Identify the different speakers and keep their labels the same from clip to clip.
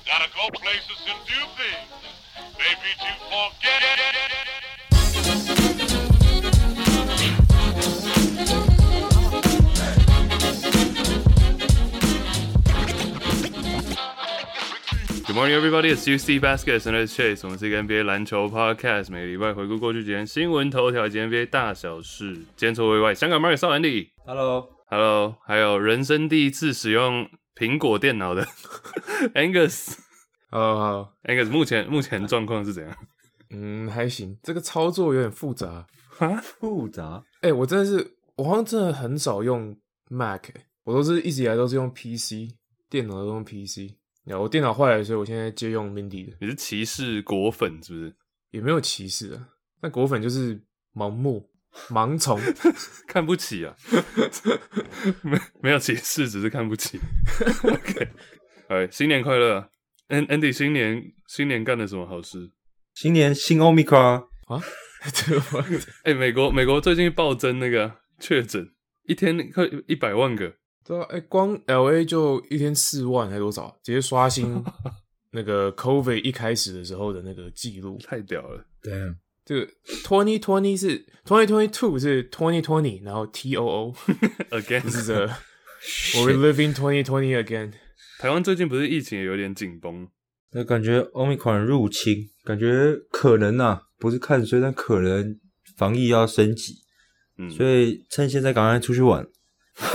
Speaker 1: Gotta go places and do things. Maybe to forget.
Speaker 2: Good morning, everybody. It's UC Baskets and it's Chase. 我们是一个 NBA 篮球 podcast，每个礼拜回顾过去几天新闻头条以及 NBA 大小事。今天除了外，香港 Mark 少安利
Speaker 3: Hello，
Speaker 2: ，Hello，还有人生第一次使用苹果电脑的 Angus。
Speaker 4: 好好，好
Speaker 2: Angus 目前目前状况是怎样？
Speaker 4: 嗯，还行。这个操作有点复杂。
Speaker 3: 复杂
Speaker 4: 哎、我真的是，我好像真的很少用 Mac，、欸、我都是一直以来都是用 PC，电脑都用 PC。然后我电脑坏了，所以我现在借用 Mindy 的，
Speaker 2: 你是歧视果粉是不是？
Speaker 4: 也没有歧视啊。那果粉就是盲目、盲从，
Speaker 2: 看不起啊？ 没没有歧视，只是看不起。OK，哎，新年快乐！An Andy 新年新年干了什么好事？
Speaker 3: 新年新 Omicron，
Speaker 4: 这个我
Speaker 2: 哎、美国美国最近暴增那个确诊，一天快一百万个，
Speaker 4: 对啊，哎、光 LA 就一天四万还多少，啊直接刷新那个 COVID 一开始的时候的那个记录。
Speaker 2: 太屌了！
Speaker 3: 对，
Speaker 4: 这个 twenty twenty 是 twenty twenty two 是 twenty twenty，然后 T O O。This
Speaker 2: Again，
Speaker 4: is a we're living 2020 again。
Speaker 2: 台湾最近不是疫情也有点紧绷，
Speaker 3: 那感觉 Omicron 入侵，感觉可能啊，不是看衰，但可能防疫要升级，
Speaker 2: 嗯，
Speaker 3: 所以趁现在赶快出去玩。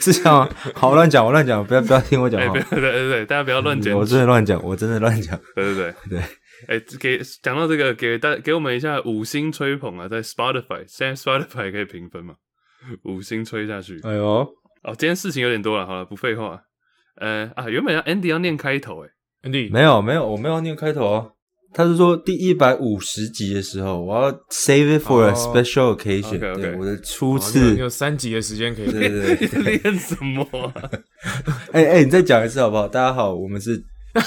Speaker 3: 是这样吗？好，我乱讲，我乱讲，不要不要听我讲
Speaker 2: 哎、
Speaker 3: 话嗯
Speaker 2: 不。要对对对，大家哎不要乱剪
Speaker 3: 啊我
Speaker 2: 辑，
Speaker 3: 真的乱讲，我真的乱讲。
Speaker 2: 对对对。
Speaker 3: 对，
Speaker 2: 哎、给讲到这个，给大给我们一下五星吹捧啊，在 Spotify，现在 Spotify 可以评分嘛？五星吹下去。
Speaker 3: 哎呦，
Speaker 2: 哦，今天事情有点多了，好了，不废话。呃啊，原本要 Andy 要念开头、哎，
Speaker 4: Andy，
Speaker 3: 没有没有，我没有念开头哦。他是说第一百五十集的时候，我要 save it for a
Speaker 4: 哦
Speaker 3: special occasion，、
Speaker 2: OK，OK 哦
Speaker 3: 对我的初
Speaker 4: 好你有
Speaker 3: 次
Speaker 4: 你有三集的时间可 以。
Speaker 3: 对对
Speaker 2: 你
Speaker 3: 对
Speaker 2: 在念什么、啊？
Speaker 3: 哎、哎、你再讲一次好不好？大家好，我们是，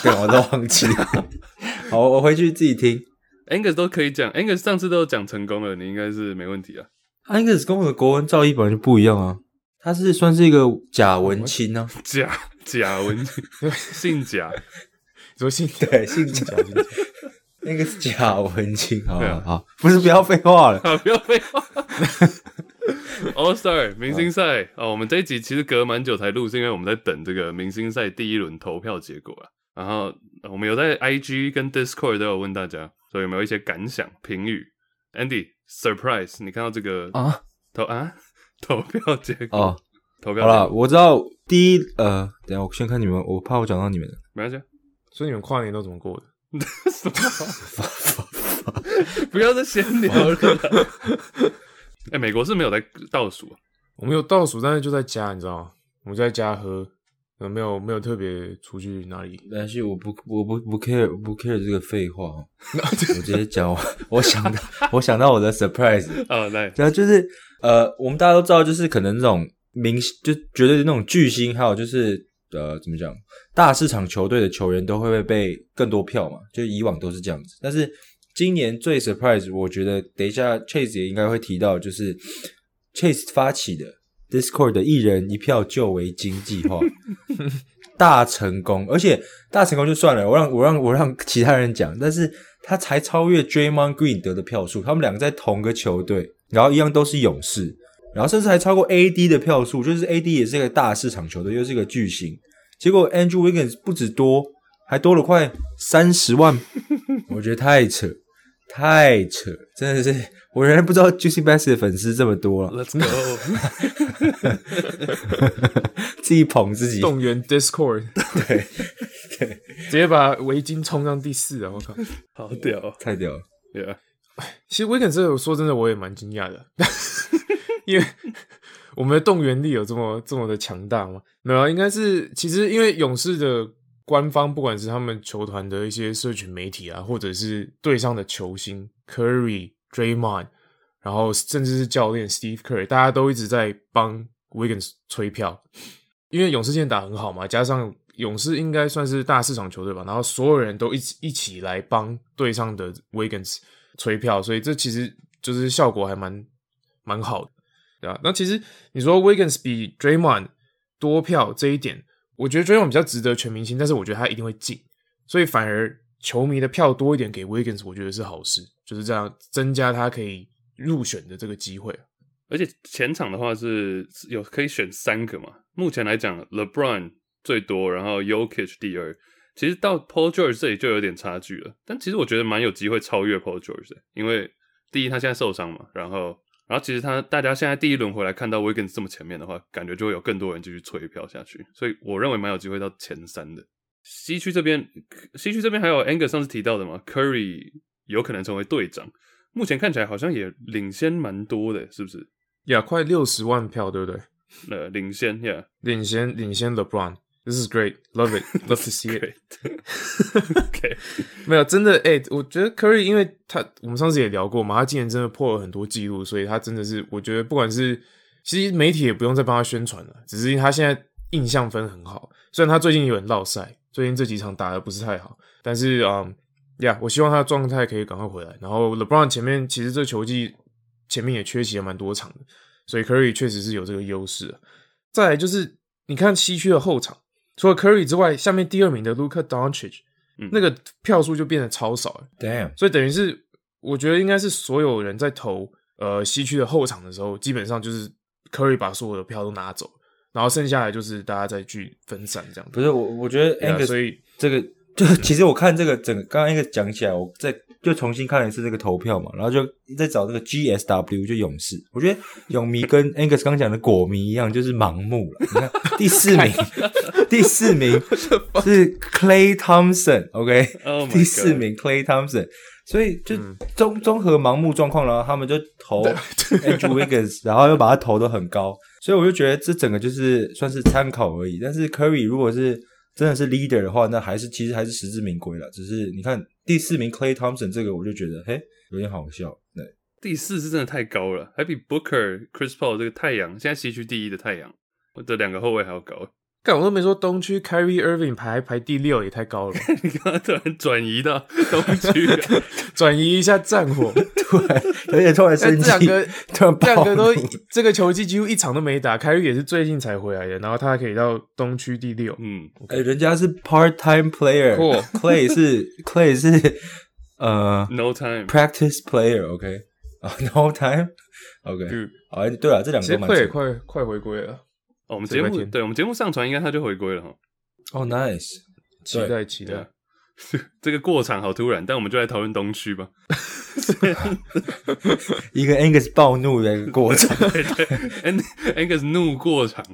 Speaker 3: 对，我都忘记了。 好，我回去自己听。
Speaker 2: Angus 都可以讲，Angus 上次都有讲成功了，你应该是没问题啊。
Speaker 3: 他应该是跟我的国文造诣本来就不一样啊，他是算是一个假文青啊，
Speaker 2: 贾贾文清 姓贾，
Speaker 4: 昨信
Speaker 3: 对，姓贾， 那个是假文青，好
Speaker 2: 对
Speaker 3: 好
Speaker 2: 啊
Speaker 3: 好，不是不要废话了，
Speaker 2: 啊，不要废话。All Star 明星赛哦，我们这一集其实隔蛮久才录，是因为我们在等这个明星赛第一轮投票结果啊。然后呃我们有在 IG 跟 Discord 都有问大家，所以有没有一些感想、评语？Andy，surprise，你看到这个
Speaker 3: 啊
Speaker 2: 投啊投票结果
Speaker 3: 哦，
Speaker 2: 投
Speaker 3: 好
Speaker 2: 票
Speaker 3: 了，
Speaker 2: 结果
Speaker 3: 我知道第一呃，等一下我先看你们，我怕我讲到你们的。
Speaker 2: 没关系啊。
Speaker 4: 所以你们跨年都怎么过的？
Speaker 2: 什么？不要再闲聊了啦。 哎、美国是没有在倒数啊，
Speaker 4: 我们有倒数，但是就在家，你知道吗？我们就在家喝，呃没有没有特别出去哪里。
Speaker 3: 但是我不我不不 care 不 care 这个废话 哦，我直接讲我我想到我想到我的 surprise，
Speaker 2: 啊，来，
Speaker 3: 然后就是呃，我们大家都知道，就是可能那种明星，就绝对那种巨星，还有就是呃，怎么讲，大市场球队的球员都会被更多票嘛，就以往都是这样子。但是今年最 surprise，我觉得等一下 Chase 也应该会提到，就是 Chase 发起的 Discord 的一人一票救围金计划。大成功，而且大成功就算了，我让我让我让其他人讲，但是他才超越 Draymond Green 得的票数，他们两个在同个球队，然后一样都是勇士，然后甚至还超过 AD 的票数，就是 AD 也是一个大市场球队，又是一个巨星，结果 Andrew Wiggins 不止多，还多了快三十万，我觉得太扯，太扯，真的是我仍然不知道 Juicy Bass 的粉丝这么多了，
Speaker 2: Let's go！
Speaker 3: 自己捧自己，
Speaker 4: 动员 Discord，
Speaker 3: 对，
Speaker 4: 直接把围巾冲上第四啊！我靠，
Speaker 2: 好屌哦
Speaker 3: 太屌了，
Speaker 2: ，Yeah！
Speaker 4: 其实 Weekend 这个说真的，我也蛮惊讶的，因为我们的动员力有这么这么的强大吗？没有啊，应该是其实因为勇士的官方不管是他们球团的一些社群媒体啊，或者是队上的球星 Curry、Draymond，然后甚至是教练 Steve Curry，大家都一直在帮 Wiggins 吹票，因为勇士现在打很好嘛，加上勇士应该算是大市场球队吧，然后所有人都一起一起来帮队上的 Wiggins 吹票，所以这其实就是效果还蛮蛮好的，对吧、那其实你说 Wiggins 比 Draymond 多票这一点，我觉得 Draymond 比较值得全明星，但是我觉得他一定会进，所以反而球迷的票多一点给 Wiggins，我觉得是好事，就是这样增加他可以入选的这个机会。
Speaker 2: 而且前场的话是是有可以选三个嘛。目前来讲，LeBron 最多，然后 Yokich 第二。其实到 Paul George 这里就有点差距了，但其实我觉得蛮有机会超越 Paul George 的，因为第一他现在受伤嘛，然后然后其实他大家现在第一轮回来看到 Wiggins 这么前面的话，感觉就会有更多人继续吹票下去，所以我认为蛮有机会到前三的。西区这边，西区这边还有 Anger 上次提到的嘛，Curry 有可能成为队长，目前看起来好像也领先蛮多的，是不是？
Speaker 4: 呀、快六十万票，对不对？
Speaker 2: 呃，领先，Yeah，
Speaker 4: 领先领先 LeBron。This is great, love it, love to see it.
Speaker 2: OK，
Speaker 4: 没有，真的，哎、我觉得 Curry，因为他我们上次也聊过嘛，他今年真的破了很多记录，所以他真的是，我觉得不管是其实媒体也不用再帮他宣传了，只是他现在印象分很好。虽然他最近有点落赛，最近这几场打的不是太好，但是啊呀我希望他的状态可以赶快回来。然后 LeBron 前面其实这球季前面也缺席了蛮多场的，所以 Curry 确实是有这个优势啊。再来就是你看西区的后场，除了 Curry 之外，下面第二名的 Luka Doncic，、
Speaker 2: 嗯
Speaker 4: 那个票数就变得超少了。
Speaker 3: Damn，
Speaker 4: 所以等于是我觉得应该是所有人在投呃西区的后场的时候，基本上就是 Curry 把所有的票都拿走，然后剩下来就是大家再去分散这样子。
Speaker 3: 不是我，我觉得
Speaker 4: 对啊
Speaker 3: Angus
Speaker 4: 所以
Speaker 3: 这个就
Speaker 2: 嗯
Speaker 3: 其实我看这个整个刚刚 Angus 讲起来，我再就重新看了一次这个投票嘛，然后就再找那个 GSW 就勇士，我觉得勇迷跟 Angus 刚讲的果迷一样，就是盲目了。你看第 四名，第四名是 Clay Thompson，OK，、
Speaker 2: Oh my God 嗯
Speaker 3: 第四名 Clay Thompson。所以就综综合盲目状况，然后他们就 投 Andrew Wiggins，然后 又把他投的很高，所以我就觉得这整个就是算是参考而已。但是 Curry 如果是真的是 leader 的话，那还是其实还是实至名归了。只是你看第四名 Clay Thompson 这个，我就觉得嘿有点好笑。对，
Speaker 2: 第四是真的太高了，还比 Booker、Chris Paul 这个太阳现在西区第一的太阳的两个后卫还要高。
Speaker 4: 干我都没说东区 Kyrie Irving 排排第六也太高了吧，
Speaker 2: 你刚刚突然转移到东区啊了，
Speaker 4: 转移一下战火。
Speaker 3: 有点突然
Speaker 4: 但
Speaker 3: 生
Speaker 4: 这
Speaker 3: 气，
Speaker 4: 两个
Speaker 3: 突然
Speaker 4: 这
Speaker 3: 暴
Speaker 4: 两个都
Speaker 3: 怒
Speaker 4: 这个球季几乎一场都没打，Kyrie 也是最近才回来的，然后他还可以到东区第六。
Speaker 2: 嗯，
Speaker 3: 哎、人家是 part time
Speaker 4: Cool
Speaker 3: player，Clay、是 Clay 是呃
Speaker 2: No time，
Speaker 3: practice player，OK 啊，no time，OK，
Speaker 4: 嗯
Speaker 3: 好，哎对了，这两
Speaker 4: 其
Speaker 3: 个
Speaker 4: 实
Speaker 3: 都蛮
Speaker 4: 快也
Speaker 3: 扯的
Speaker 4: 快快回归了，
Speaker 2: 哦，我们
Speaker 4: 这
Speaker 2: 节
Speaker 4: 块
Speaker 2: 目
Speaker 4: 天
Speaker 2: 对我们节目上传，应该他就回归了哈。
Speaker 3: 哦，nice，
Speaker 4: 期待期
Speaker 3: 啊
Speaker 4: 待。
Speaker 2: 这个过场好突然，但我们就来讨论东区吧。
Speaker 3: 一个 Angus 暴怒的一个过程。
Speaker 2: 对对，Ang Angus 怒过场。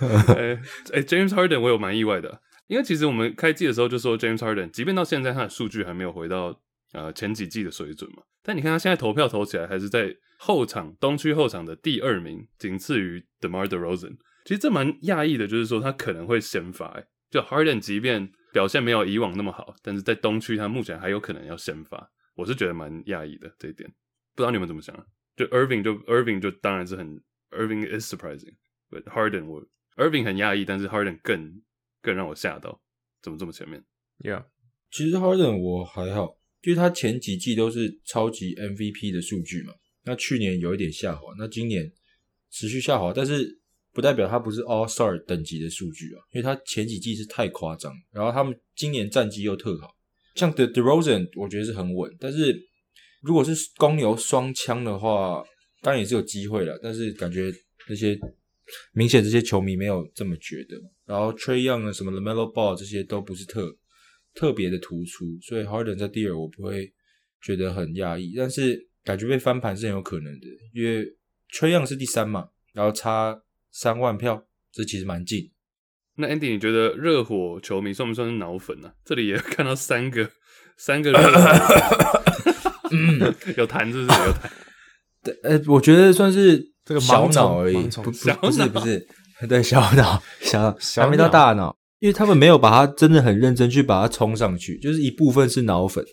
Speaker 2: 哎哎，James Harden 我有蛮意外的，因为其实我们开季的时候就说 James Harden，即便到现在他的数据还没有回到呃前几季的水准嘛，但你看他现在投票投起来还是在后场东区后场的第二名，仅次于 Demar Derozan。其实这蛮讶异的，就是说他可能会先发、哎就 Harden 即便表现没有以往那么好，但是在东区他目前还有可能要先发，我是觉得蛮讶异的这一点。不知道你们怎么想、啊？就 Irving 就 Irving 就当然是很 Irving is surprising，but Harden 我 Irving 很压抑，但是 Harden 更更让我吓到，怎么这么前面？
Speaker 4: Yeah，
Speaker 3: 其实 Harden 我还好，就是他前几季都是超级 MVP 的数据嘛。那去年有一点下滑，那今年持续下滑，但是不代表他不是 All Star 等级的数据啊，因为他前几季是太夸张了，然后他们今年战绩又特好，像 The DeRozan 我觉得是很稳，但是如果是公牛双枪的话，当然也是有机会了，但是感觉那些明显这些球迷没有这么觉得。然后 Trey Young 啊，什么 Lamelo Ball 这些都不是特特别的突出，所以 Harden 在第二我不会觉得很讶异，但是感觉被翻盘是很有可能的，因为 Trey Young 是第三嘛，然后差三万票，这其实蛮近。
Speaker 2: 那 Andy 你觉得热火球迷算不算是脑粉呢、啊？这里也 看到三个三个热
Speaker 3: 嗯
Speaker 2: 火， 有痰是不是有痰？
Speaker 3: 对，呃，我觉得算是
Speaker 4: 这个盲
Speaker 3: 小
Speaker 4: 从
Speaker 3: 脑而已，
Speaker 4: 盲从
Speaker 3: 不不
Speaker 2: 小
Speaker 3: 不是不是，对小脑小脑
Speaker 4: 小脑
Speaker 3: 还没到大脑，因为他们没有把他真的很认真去把它冲上去，就是一部分是脑粉，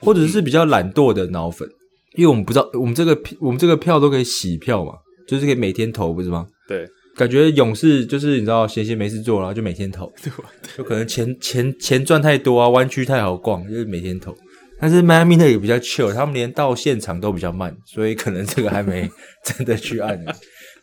Speaker 3: 或者是比较懒惰的脑粉，因为我们不知道我们这个我们这个票都可以洗票嘛，就是可以每天投，不是吗？
Speaker 2: 对，
Speaker 3: 感觉勇士就是你知道闲闲没事做，然后就每 天投，
Speaker 2: 啊
Speaker 3: 对吧？就可能钱钱钱赚太多啊，湾区太好逛，就是每天投。但是迈阿密那个比较 chill，他们连到现场都比较慢，所以可能这个还没 真的去按呢。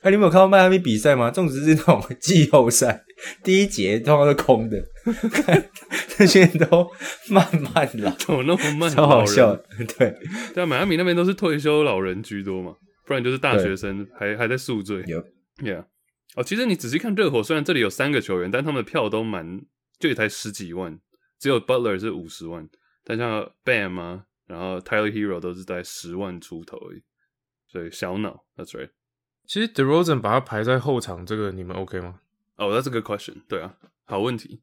Speaker 3: 哎、你们有看到迈阿密比赛吗？纵使是那种季后赛， 第一节通常都空的， 看那些人都慢慢来，
Speaker 2: 怎么那么慢？
Speaker 3: 超好笑
Speaker 2: 老人。
Speaker 3: 的。对，
Speaker 2: 对啊，迈阿密那边都是退休老人居多嘛，不然就是大
Speaker 3: 对
Speaker 2: 学生还还在宿醉。
Speaker 3: 有
Speaker 2: Yeah，哦，其实你仔细看热火，虽然这里有三个球员，但他们的票都蛮，就也才十几万，只有 Butler 是五十万，但像 Bam 啊，然后 Tyler Hero 都是在十万出头而已，所以小脑，That's right。
Speaker 4: 其实 DeRozan 把他排在后场，这个你们 OK 吗？
Speaker 2: 哦、t h a t s a good question。对啊，好问题。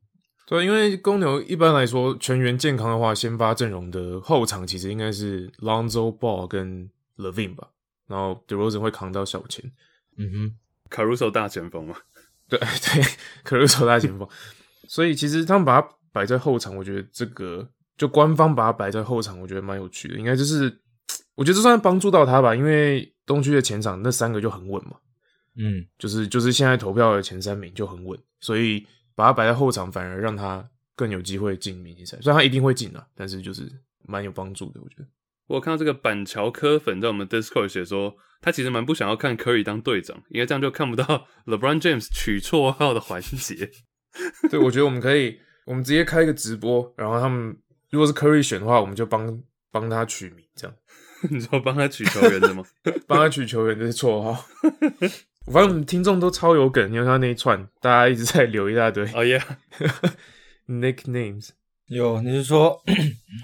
Speaker 4: 对，啊因为公牛一般来说全员健康的话，先发阵容的后场其实应该是 Lonzo Ball 跟 Levine 吧，然后 DeRozan 会扛到小前，
Speaker 3: 嗯哼，
Speaker 2: Caruso 大前锋嘛，
Speaker 4: 对对，可是手大前锋，所以其实他们把它摆在后场，我觉得这个就官方把它摆在后场，我觉得蛮有趣的，应该就是我觉得这算帮助到他吧，因为东区的前场那三个就很稳嘛，
Speaker 3: 嗯，
Speaker 4: 就是就是现在投票的前三名就很稳，所以把它摆在后场反而让他更有机会进明星赛。虽然他一定会进啊，但是就是蛮有帮助的，我觉得。
Speaker 2: 我有看到这个板桥科粉在我们 Discord 写说，他其实蛮不想要看 Curry 当队长，因为这样就看不到 LeBron James 取绰号的环节。
Speaker 4: 对，我觉得我们可以，我们直接开一个直播，然后他们如果是 Curry 选的话，我们就帮帮他取名，这样
Speaker 2: 你说帮他取球员 的吗？
Speaker 4: 帮他取球员的绰号。 我发现我们听众都超有梗，你看他那一串，大家一直在留一大堆
Speaker 2: 哦、yeah，
Speaker 4: nicknames。
Speaker 3: 有，你是说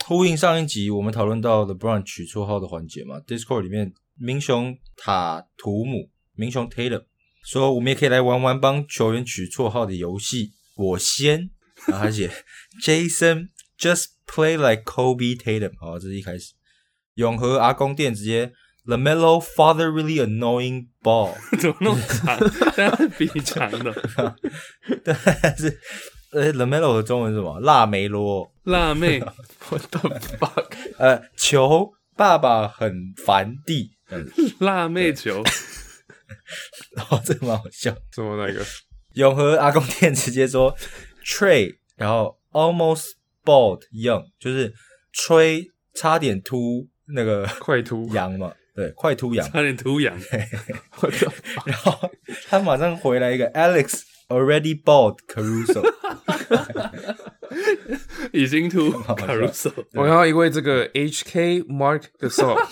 Speaker 3: 呼应上一集我们讨论到的 Brown 取绰号的环节嘛？Discord 里面，明雄塔图姆、明雄 Taylor 说，我们也可以来玩玩帮球员取绰号的游戏。我先，然后他写 Jason just play like Kobe Tatum，好，这是一开始。永和阿公店直接 The Mellow Father really annoying ball。
Speaker 2: 怎么那么长？但是比你长的
Speaker 3: 但是，呃，Lamelo 的中文是什么？腊梅罗。
Speaker 2: 辣妹，
Speaker 3: 呃，求爸爸很烦地。这样子
Speaker 2: 辣妹球，
Speaker 3: 然后这个蛮好笑。
Speaker 4: 什么那个？
Speaker 3: 永和阿公店直接说 Trey，然后 almost bald young，就是吹差点秃那个
Speaker 4: 快秃
Speaker 3: 羊嘛，对，快秃羊。
Speaker 2: 差点秃 羊。
Speaker 3: 然后他马上回来一个 Alex already bald Caruso，
Speaker 2: 已经秃
Speaker 3: 好笑
Speaker 2: Caruso，
Speaker 4: 我看到一位这个 H K Mark Gasol 。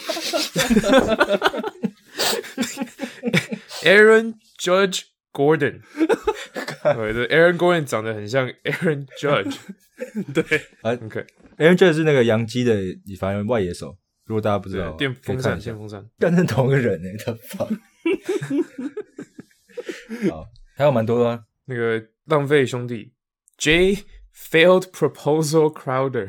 Speaker 4: Aaron Judge Gordon，对，这 Aaron Gordon 长得很像 Aaron Judge。啊
Speaker 2: 对，
Speaker 4: OK，
Speaker 3: Aaron Judge 是那个洋基的反正外野手，如果大家不知道的话，
Speaker 4: 电
Speaker 3: 啊可以
Speaker 4: 风
Speaker 3: 看
Speaker 4: 扇，
Speaker 3: 一下
Speaker 4: 电。风扇。
Speaker 3: 干成同一个人呢、欸，他放。 好，还有蛮多的啊、
Speaker 4: 那个浪费兄弟 J failed proposal Crowder，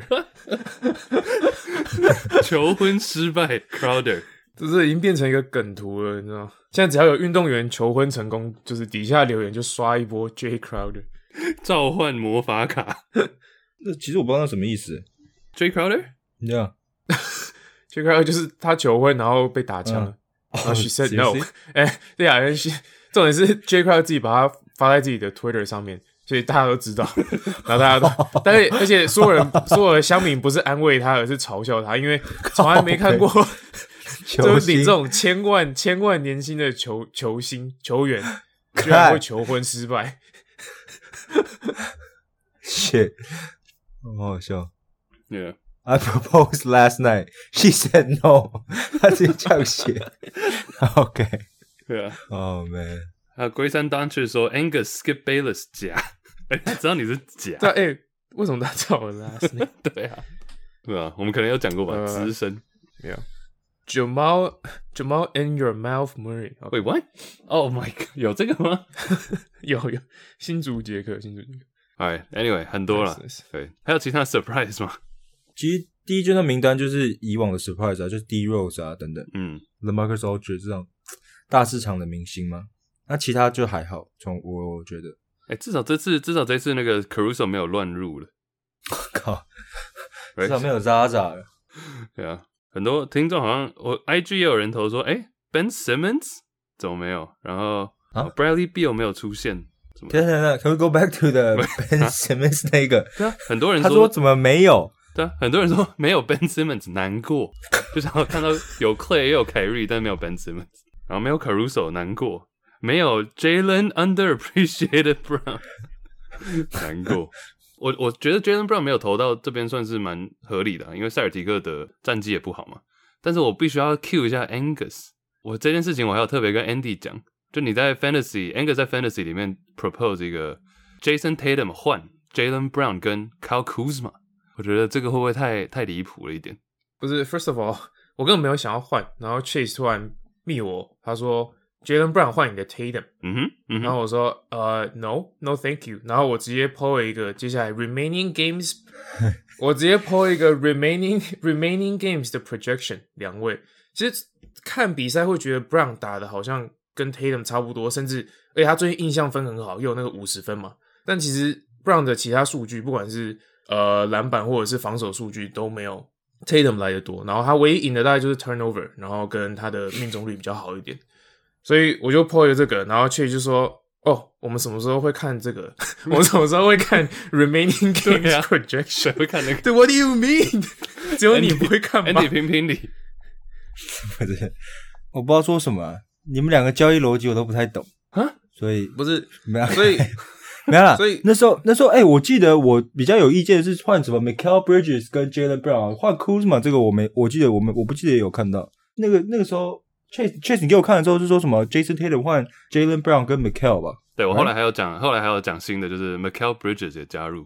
Speaker 2: 求婚失败 Crowder，
Speaker 4: 就是已经变成一个梗图了，你知道吗？现在只要有运动员求婚成功，就是底下留言就刷一波 J Crowder。
Speaker 2: 召唤魔法卡
Speaker 3: 那其实我不知道那什么意思。
Speaker 2: J Crowder，
Speaker 3: 你知道
Speaker 4: J Crowder 就是他求婚然后被打枪了，然后 she said no，
Speaker 3: 嗯哦 seriously？
Speaker 4: 哎，对啊，是重点是 J Crowder 自己把它发在自己的 Twitter 上面。所以大家都知道，然后大家
Speaker 3: 哦
Speaker 4: 都，但是而且所有人所有的乡民不是安慰他，而是嘲笑他，因为从来没看过
Speaker 3: 球
Speaker 4: 就是
Speaker 3: 星
Speaker 4: 你这种千万千万年薪的球球星球员，居然
Speaker 3: 看
Speaker 4: 会求婚失败，
Speaker 3: shit，很好笑。
Speaker 2: yeah，
Speaker 3: I proposed last night. She said no. 他自己这样写。OK.
Speaker 2: 对啊。
Speaker 3: Oh man.
Speaker 2: 还有啊龟山当去说 Angus Skip Bayless 假， 哎，他知道你是假，
Speaker 4: 但哎、为什么他叫我 last name？
Speaker 2: 对啊，对啊，我们可能有讲过吧，
Speaker 4: 呃
Speaker 2: 资深。
Speaker 4: 没有，Jamal Jamal in your mouth Murray，好哦
Speaker 2: Wait what? Oh my god，有这个吗？
Speaker 4: 有有新竹杰克，新竹杰克，
Speaker 2: 哎，Anyway，很多了
Speaker 4: Nice, nice.。
Speaker 2: 对，还有其他 surprise 吗？
Speaker 3: 其实第一阶段名单就是以往的 surprise 啊，就是 D Rose 啊等等
Speaker 2: 嗯，
Speaker 3: ，The Marcus Aldridge 这种大市场的明星嘛。那其他就还好，从我我觉得
Speaker 2: 哎、至少这次至少这次那个 Caruso 没有乱入了，
Speaker 3: 靠，
Speaker 2: right？
Speaker 3: 至少没有渣渣了。
Speaker 2: 对啊，很多听众好像我 IG 也有人投说，哎、b e n Simmons 怎么没有？然后、
Speaker 3: 啊
Speaker 2: Bradley Beal 没有出现，
Speaker 3: 等一下等一下，Can we go back to the Ben Simmons 那个？
Speaker 2: 对啊，很多人
Speaker 3: 他说怎么没有？
Speaker 2: 对啊，很多人说没有 Ben Simmons 难过， 就像我看到有 Clay 也有凯瑞，但没有 Ben Simmons，然后没有 Caruso 难过，没有 Jalen underappreciated Brown 难过。我我觉得 Jalen Brown 没有投到这边算是蛮合理的啊、因为塞尔提克的战绩也不好嘛。但是我必须要 cue 一下 Angus，我这件事情我还要特别跟 Andy 讲，就你在 Fantasy Angus 在 Fantasy 里面 propose 一个 Jason Tatum 换 Jalen Brown 跟 Kyle Kuzma。我觉得这个会不会太太离谱了一点？
Speaker 4: 不是，first of all，我 根本没有想要换，然后 Chase 突然密我，他说 Jalen Brown 换你的 Tatum，
Speaker 2: 嗯哼，嗯
Speaker 4: 然
Speaker 2: 哼，
Speaker 4: 后我说呃 no no thank you，然后我直接 PO 了一个接下来 remaining games，我直接 PO 一个 remaining remaining games 的 projection 两位，其实看比赛会觉得 Brown 打的好像跟 Tatum 差不多，甚至而且他最近印象分很好，又有那个五十分嘛，但其实 Brown 的其他数据，不管是呃篮板或者是防守数据都没有 Tatum 来的多。然后他唯一赢的大概就是 turnover，然后跟他的命中率比较好一点。所以我就破了这个，然后 c h 就说：“哦，我们什么时候会看这个？ 我们什么时候会看 remaining
Speaker 2: 对
Speaker 4: games
Speaker 2: 啊
Speaker 4: projection？”
Speaker 2: 会看那 个
Speaker 4: 对，What do you mean？只有你
Speaker 2: Andy-
Speaker 4: 不会看吧
Speaker 2: Andy 评评 理，
Speaker 3: 不是，我不知道说什么啊、你们两个交易逻辑我都不太懂
Speaker 4: 啊，
Speaker 3: 所以
Speaker 4: 不是，
Speaker 3: 没有
Speaker 4: 所以
Speaker 3: 没有啦。
Speaker 4: 所以
Speaker 3: 那时候那时候，哎、我记得我比较有意见的是换什么 Michael Bridges 跟 Jalen Brown 啊换 Kuzma 这个我没，我记得我们我不记得有看到那个那个时候。Chase Chase，你给我看的时候是说什么？Jason Tatum 换 Jalen Brown 跟 Michael 吧？
Speaker 2: 对我后来还有讲，后来还有讲新的，就是 Michael Bridges 也加入，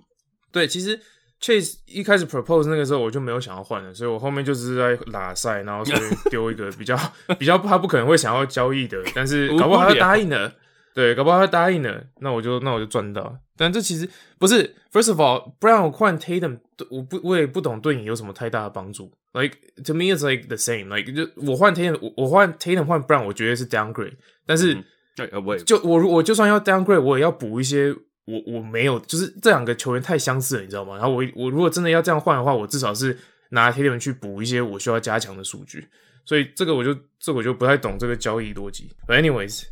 Speaker 4: 对，其实 Chase 一开始 propose 那个时候我就没有想要换了，所以我后面就只是在拉塞，然后所以丢一个 比较比较他不可能会想要交易的，但是
Speaker 2: 无辜啊
Speaker 4: 搞不好他
Speaker 2: 点
Speaker 4: 答应了，对，搞不好他答应了，那我就那我就赚到。但这其实不是，first of all，不然我换 Tatum，我不我也不懂对你有什么太大的帮助。Like to me it's like the same. Like 就我换 Tatum，我我换 Tatum 换 Brown，我觉得是 downgrade，但是。
Speaker 2: 嗯哎呃我也
Speaker 4: 就我如我就算要 downgrade，我也要补一些我我没有，就是这两个球员太相似了，你知道吗？然后我我如果真的要这样换的话，我至少是拿铁 a 去补一些我需要加强的数据，所以这个我就这个我就不太懂这个交易逻辑。But anyways，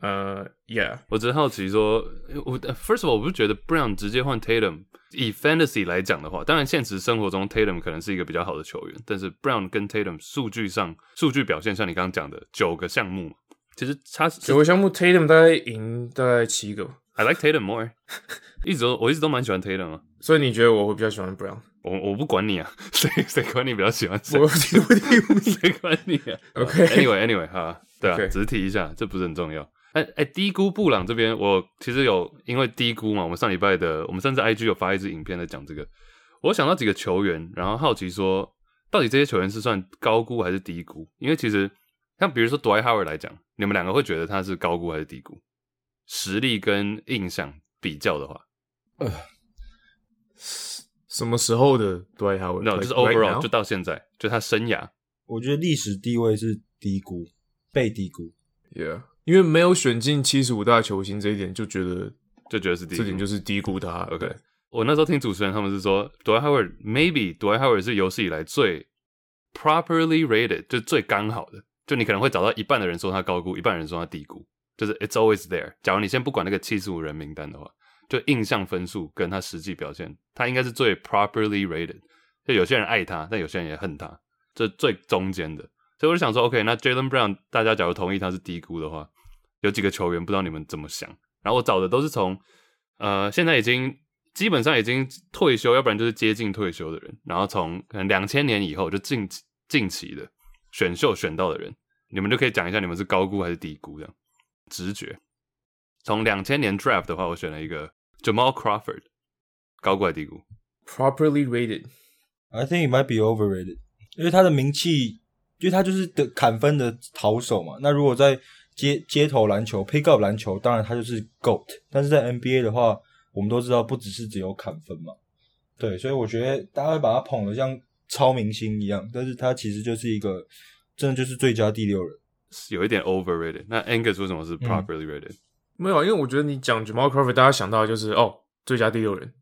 Speaker 4: 呃，yeah，
Speaker 2: 我只是好奇说，呃我 first of all，我不是觉得 Brown 直接换 Tatum，以 fantasy 来讲的话，当然现实生活中 Tatum 可能是一个比较好的球员，但是 Brown 跟 Tatum 数据上数据表现，像你刚刚讲的九个项目嘛，其实差是
Speaker 4: 九个项目 Tatum 大概赢大概七个吧，
Speaker 2: I like Tatum more，一直都我一直都蛮喜欢 Tatum 啊，
Speaker 4: 所以你觉得我会比较喜欢 Brown？
Speaker 2: 我我不管你啊， 谁谁管你比较喜欢谁
Speaker 4: 我， 我我我
Speaker 2: 谁管你啊
Speaker 4: OK
Speaker 2: Anyway Anyway 哈，对啊
Speaker 4: OK
Speaker 2: 只是提一下，这不是很重要。哎哎，低估布朗这边，我其实有因为低估嘛，我们上礼拜的，我们甚至 IG 有发一支影片在讲这个。我想到几个球员，然后好奇说，到底这些球员是算高估还是低估？因为其实像比如说 Dwight Howard 来讲，你们两个会觉得他是高估还是低估？实力跟印象比较的话
Speaker 4: 什么时候的 Dwight Howard？
Speaker 2: ，no，就是 overall 就到现在，就他生涯，
Speaker 3: 我觉得历史地位是低估，被低估。
Speaker 4: yeah，因为没有选进七十五大球星这一点，就觉得
Speaker 2: 就觉得是低估。
Speaker 4: 这点就是低啊估他。
Speaker 2: OK，我那时候听主持人他们是说，Dwight Howard maybe Dwight Howard 是有史以来最 properly rated，就最刚好的。就你可能会找到一半的人说他高估，一半人说他低估，就是 it's always there。假如你先不管那个七十五人名单的话，就印象分数跟他实际表现，他应该是最 properly rated。就有些人爱他，但有些人也恨他，这最中间的。所以我就想说，OK，那 Jalen Brown，大家假如同意他是低估的话，有几个球员不知道你们怎么想。然后我找的都是从呃，现在已经基本上已经退休，要不然就是接近退休的人，然后从可能两千年以后就近近期的选秀选到的人，你们就可以讲一下你们是高估还是低估这样直觉。从两千年 draft 的话，我选了一个 Jamal Crawford，高估还是低估？
Speaker 4: properly rated。
Speaker 3: I think it might be overrated，因为他的名气，因为他就是的砍分的好手嘛。那如果在街街头篮球、pick up 篮球，当然他就是 GOAT，但是在 NBA 的话，我们都知道不只是只有砍分嘛。对，所以我觉得大家会把他捧得像超明星一样，但是他其实就是一个真的就是最佳第六人。
Speaker 2: 有一点 overrated。那 Angus 为什么是 properly rated？、
Speaker 4: 没有啊，因为我觉得你讲 Jamal Crawford，大家想到的就是哦，最佳第六人，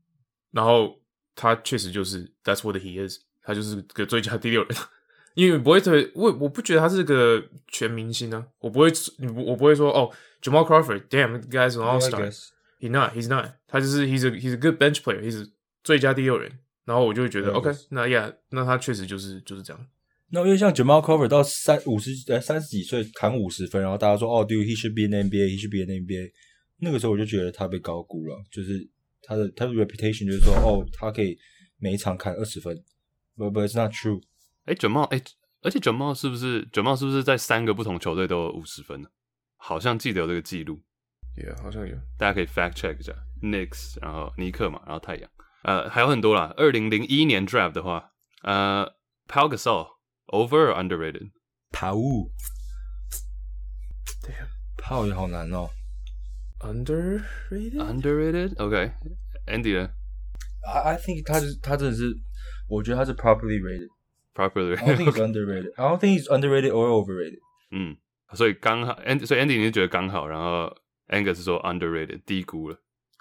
Speaker 4: 然后他确实就是 That's what he is，他就是个最佳第六人。 因为不会特别，我我不觉得他是个全明星啊，我不会，你不我不会说哦，Jamal Crawford，damn guys an all star，He not, he's not. 他就是 he's a he's a good bench player. He's a 最佳第六人。然后我就会觉得
Speaker 3: 对
Speaker 4: OK，
Speaker 3: 对
Speaker 4: 那 Yeah，那他确实就是就是这样。
Speaker 3: 那因为像 Jamal Crawford 到三五十呃三十几岁砍五十分，然后大家说哦，Dude he should be in NBA，he should be in NBA。那个时候我就觉得他被高估了，就是他的他的 reputation 就是说哦，他可以每一场砍二十分，不不，it's not true。
Speaker 2: 哎、卷毛，哎、而且卷毛是不是卷毛是不是在三个不同球队都有五十分呢？好像记得有这个记录，
Speaker 4: Yeah，好像有。
Speaker 2: 大家可以 fact check 一下。Knicks，然后尼克嘛，然后太阳，呃，还有很多啦。二零零一年 draft 的话，呃，Pau Gasol over or underrated？
Speaker 3: 跑物，对，啊跑也好难哦。
Speaker 4: Underrated？
Speaker 2: Underrated？OK，Andy、呢
Speaker 3: I I think 他就是他真的是，我觉得他是 properly rated。
Speaker 2: ？Properly？
Speaker 3: I don't think he's underrated. I don't think he's underrated or overrated.
Speaker 2: 嗯， 所以刚好，And 所以 Andy 你是觉得刚好，然后 Angus 是说 underrated 低估了。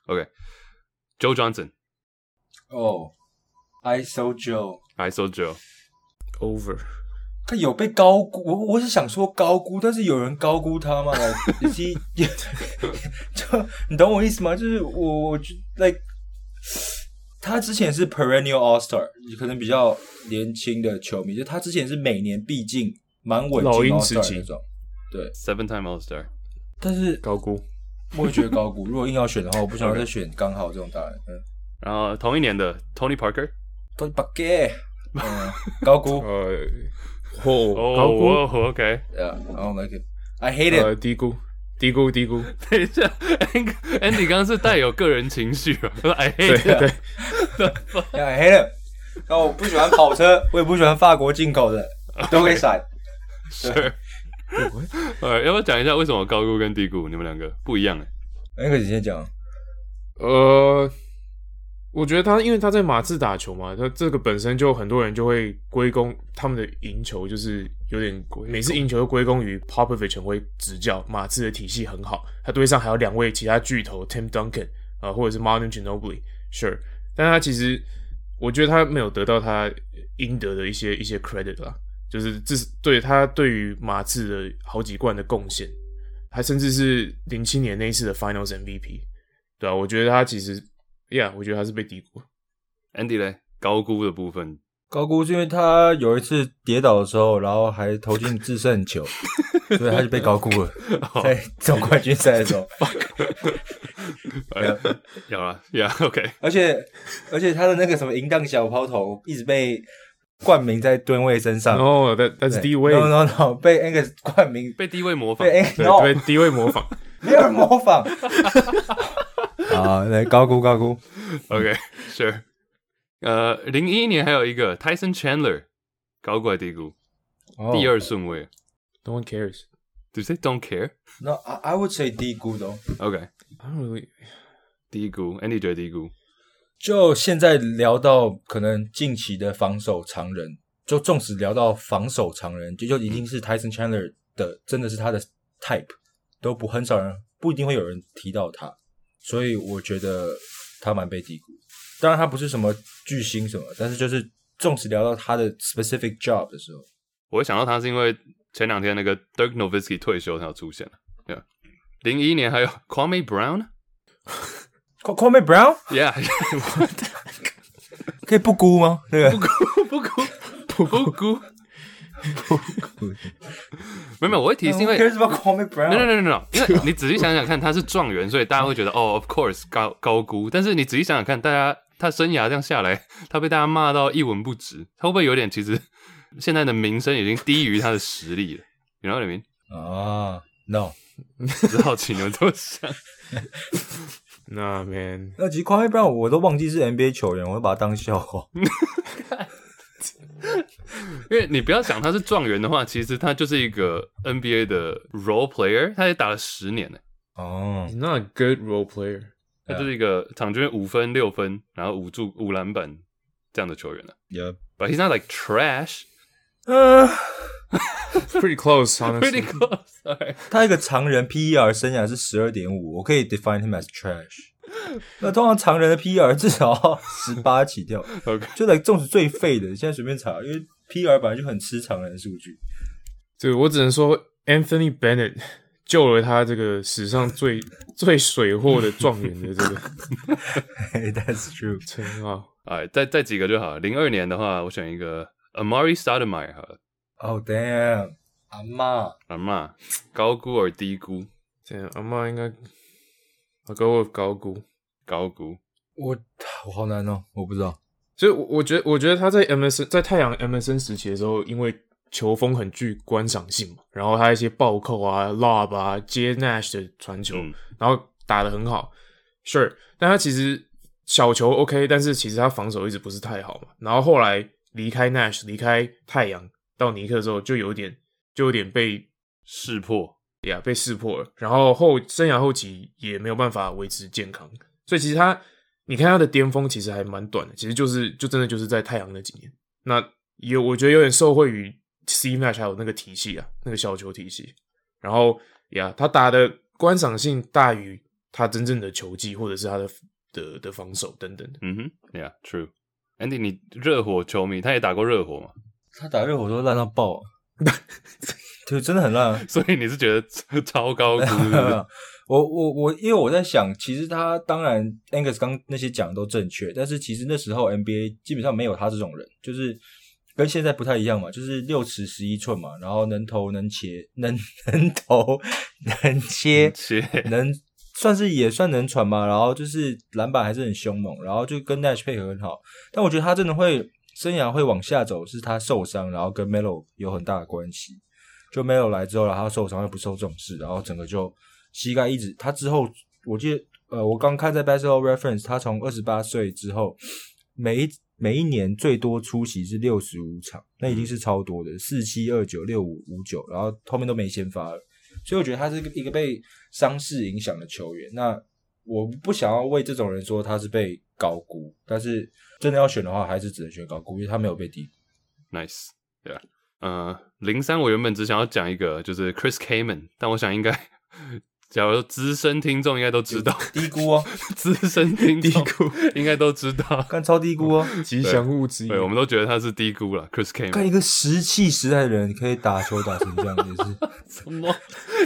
Speaker 2: OK，Joe、Johnson。
Speaker 3: 哦、i s o Joe，
Speaker 2: I saw Joe，
Speaker 4: Over，
Speaker 3: 他有被高估，我我是想说高估，但是有人高估他吗？Like is he？就你懂我意思吗？就是我我觉 like 他之前是 perennial All Star，可能比较年轻的球迷，就他之前是每年必进蛮稳
Speaker 4: 老
Speaker 3: 定
Speaker 4: 鹰
Speaker 3: All
Speaker 4: 时
Speaker 3: Star
Speaker 4: 期
Speaker 3: 那种，
Speaker 2: seven time All Star。
Speaker 3: 但是
Speaker 4: 高估。
Speaker 3: 我也觉得高估。如果硬要选的话，我 不想要再选刚好这种答案。嗯，
Speaker 2: 然后同一年的 Tony Parker，
Speaker 3: 都不给，嗯，高估。
Speaker 4: 呃， 哦，高估。
Speaker 2: 哦、o k
Speaker 3: Yeah, I don't like it. I hate it.
Speaker 4: 呃，低估，低估，低估。
Speaker 2: 等一下，Ang-，Andy 刚刚是带有个人情绪啊， 他说 I
Speaker 4: 对
Speaker 2: hate，it
Speaker 4: 对，
Speaker 3: yeah, I hate it. 那我不喜欢跑车，我也不喜欢法国进口的，都会闪。
Speaker 2: sure。呃，要不要讲一下为什么高估跟低估你们两个不一样、欸？
Speaker 3: 那个你哎先讲，
Speaker 4: 呃，我觉得他因为他在马刺打球嘛，他这个本身就很多人就会归功他们的赢球，就是有点每次赢球都归功于 Popovich 很会执教，马刺的体系很好，他队上还有两位其他巨头 Tim Duncan 啊、呃或者是 Martin Ginobili，sure，但他其实我觉得他没有得到他应得的一些一些 credit 啦，就是这是对他对于马刺的好几冠的贡献，还甚至是零七年那一次的 Finals MVP。对啊，我觉得他其实，Yeah，我觉得他是被低估。
Speaker 2: a n d y 嘞，高估的部分，
Speaker 3: 高估是因为他有一次跌倒的时候，然后还投进制胜球，所以他就被高估了。
Speaker 4: 哦
Speaker 3: 在总冠军赛的时候，
Speaker 2: 呃，有 啊了，Yeah，OK，、
Speaker 3: 而且而且他的那个什么淫荡小抛投一直被冠名在蹲位身上。
Speaker 4: 哦、t h a t that's
Speaker 3: 对
Speaker 4: 低位
Speaker 3: No No No，被 Angus 冠名，
Speaker 2: 被低位模仿，
Speaker 3: 被 Angus
Speaker 4: 对
Speaker 3: No
Speaker 4: 哦对，低位模仿。
Speaker 3: 没有人模 仿。好，来高估高估。
Speaker 2: OK，Sure。呃，零一年还有一个 Tyson Chandler，高估还低估？第
Speaker 3: 哦
Speaker 2: 二顺位
Speaker 4: No one cares.
Speaker 2: ，Do they don't care？
Speaker 3: No, I, I would say 低估的哦。
Speaker 2: OK，
Speaker 4: I don't really.
Speaker 2: 低估，Andy 觉得低估。
Speaker 3: 就现在聊到可能近期的防守常人，就纵使聊到防守常人，就就已经是 Tyson Chandler 的，真的是他的 type，都不很少人，不一定会有人提到他，所以我觉得他蛮被低估。当然，他不是什么巨星什么，但是就是纵使聊到他的 specific job 的时候，
Speaker 2: 我会想到他是因为前两天那个 Dirk Nowitzki 退休，他有出现了。对，零一年还有 Kwame Brown，Yeah，
Speaker 3: Call Call Me Brown 可以不估吗？这
Speaker 2: 不
Speaker 3: 个
Speaker 2: 哭不哭不哭，没有嗯没有，我会提是因为
Speaker 3: Who cares about Call Me
Speaker 2: no no
Speaker 3: Brown？
Speaker 2: no no no，因为你仔细想想看，他是状元，所以大家会觉得哦，of course 高高估。但是你仔细想想看，大家他生涯这样下来，他被大家骂到一文不值，他会不会有点其实现在的名声已经低于他的实力了？你知道 I mean？
Speaker 3: 啊，No。
Speaker 2: 只好奇你们怎么想。
Speaker 4: Nah, man.
Speaker 3: 那其实 Call Me Brown 我都忘记是 NBA 球员，我会把他当笑话。
Speaker 2: 嗯因为你不要想他是状元的话，其实他就是一个 NBA 的 role player，他也打了十年呢，
Speaker 3: 哦
Speaker 4: He's not a good role player.
Speaker 2: 他就是一个场均五分、六分，然后五助、五篮板这样的球员了。
Speaker 3: y e
Speaker 2: But he's not like trash.
Speaker 4: 呃，pretty close
Speaker 5: Pretty
Speaker 4: honestly。
Speaker 5: close，alright
Speaker 3: 他一个常人 PER 生涯是十二点五，我可以 define him as trash。那通常常人的 PER 至少十八起跳
Speaker 2: OK
Speaker 3: 就来纵使最废的，现在随便查，因为 PER 本来就很吃常人的数据。
Speaker 4: 对我只能说，Anthony Bennett 救了他这个史上最最水货的状元的这个
Speaker 3: Hey, that's true。
Speaker 4: 称号。
Speaker 2: 哎，再再几个就好了。零二年的话，我选一个 Amari Stoudemire 好了。
Speaker 3: Oh damn，阿妈，
Speaker 2: 阿妈，高估而低估，
Speaker 4: 这样阿妈应该我 go with 高估，
Speaker 2: 高估。
Speaker 3: 我我好难哦，我不知道。
Speaker 4: 所以我我觉得我觉得他在 MSN 在太阳 MSN 时期的时候，因为球风很具观赏性嘛，然后他一些暴扣啊、lob 啊、接 Nash 的传球，
Speaker 2: 嗯
Speaker 4: 然后打得很好，Sure，但他其实小球 OK，但是其实他防守一直不是太好嘛。然后后来离开 Nash，离开太阳到尼克之后，就有点就有点被
Speaker 2: 识破，
Speaker 4: 呀被识破了，然后后生涯后期也没有办法维持健康，所以其实他你看他的巅峰其实还蛮短的，其实就是就真的就是在太阳那几年，那有我觉得有点受惠于 C match 还有那个体系啊，那个小球体系，然后呀他打的观赏性大于他真正的球技或者是他的的的防守等等的，
Speaker 2: 嗯哼，Yeah，true。Andy，你热火球迷，他也打过热火嘛，
Speaker 3: 他打热火都烂到爆、啊，对，真的很烂、啊。
Speaker 2: 所以你是觉得 超高估是不是
Speaker 3: 我我我，因为我在想，其实他当然 Angus 刚那些讲的都正确，但是其实那时候 NBA 基本上没有他这种人，就是跟现在不太一样嘛，就是六尺十一寸嘛，然后能投能切，能 能投能切
Speaker 2: 切
Speaker 3: 能算是也算能传吧，然后就是篮板还是很凶猛，然后就跟 Nash 配合很好，但我觉得他真的会生涯会往下走，是他受伤，然后跟 Melo 有很大的关系。就 Melo 来之后，然后他受伤又不受重视，然后整个就膝盖一直他之后，我记得呃，我刚看在 Basketball Reference，他从二十八岁之后，每一每一年最多出席是六十五场，那已经是超多的，四七二九六五五九，然后后面都没先发了，所以我觉得他是一个被伤势影响的球员。那我不想要为这种人说他是被高估，但是真的要选的话，还是只能选高估，因为他没有被低估。
Speaker 2: ，Nice，对啊。呃，零三我原本只想要讲一个，就是 Chris Kaman，但我想应该， 假如资深听众应该都知道，
Speaker 3: 低估哦，
Speaker 2: 资深听
Speaker 4: 低
Speaker 2: 众
Speaker 4: 估
Speaker 2: 应该都知道，
Speaker 3: 看超低估 哦。
Speaker 4: 吉祥物之一，
Speaker 2: 对，我们都觉得他是低估了 Chris
Speaker 3: 看
Speaker 2: Kaman，
Speaker 3: 一个石器时代的人可以打球打成这样，也是
Speaker 2: 什么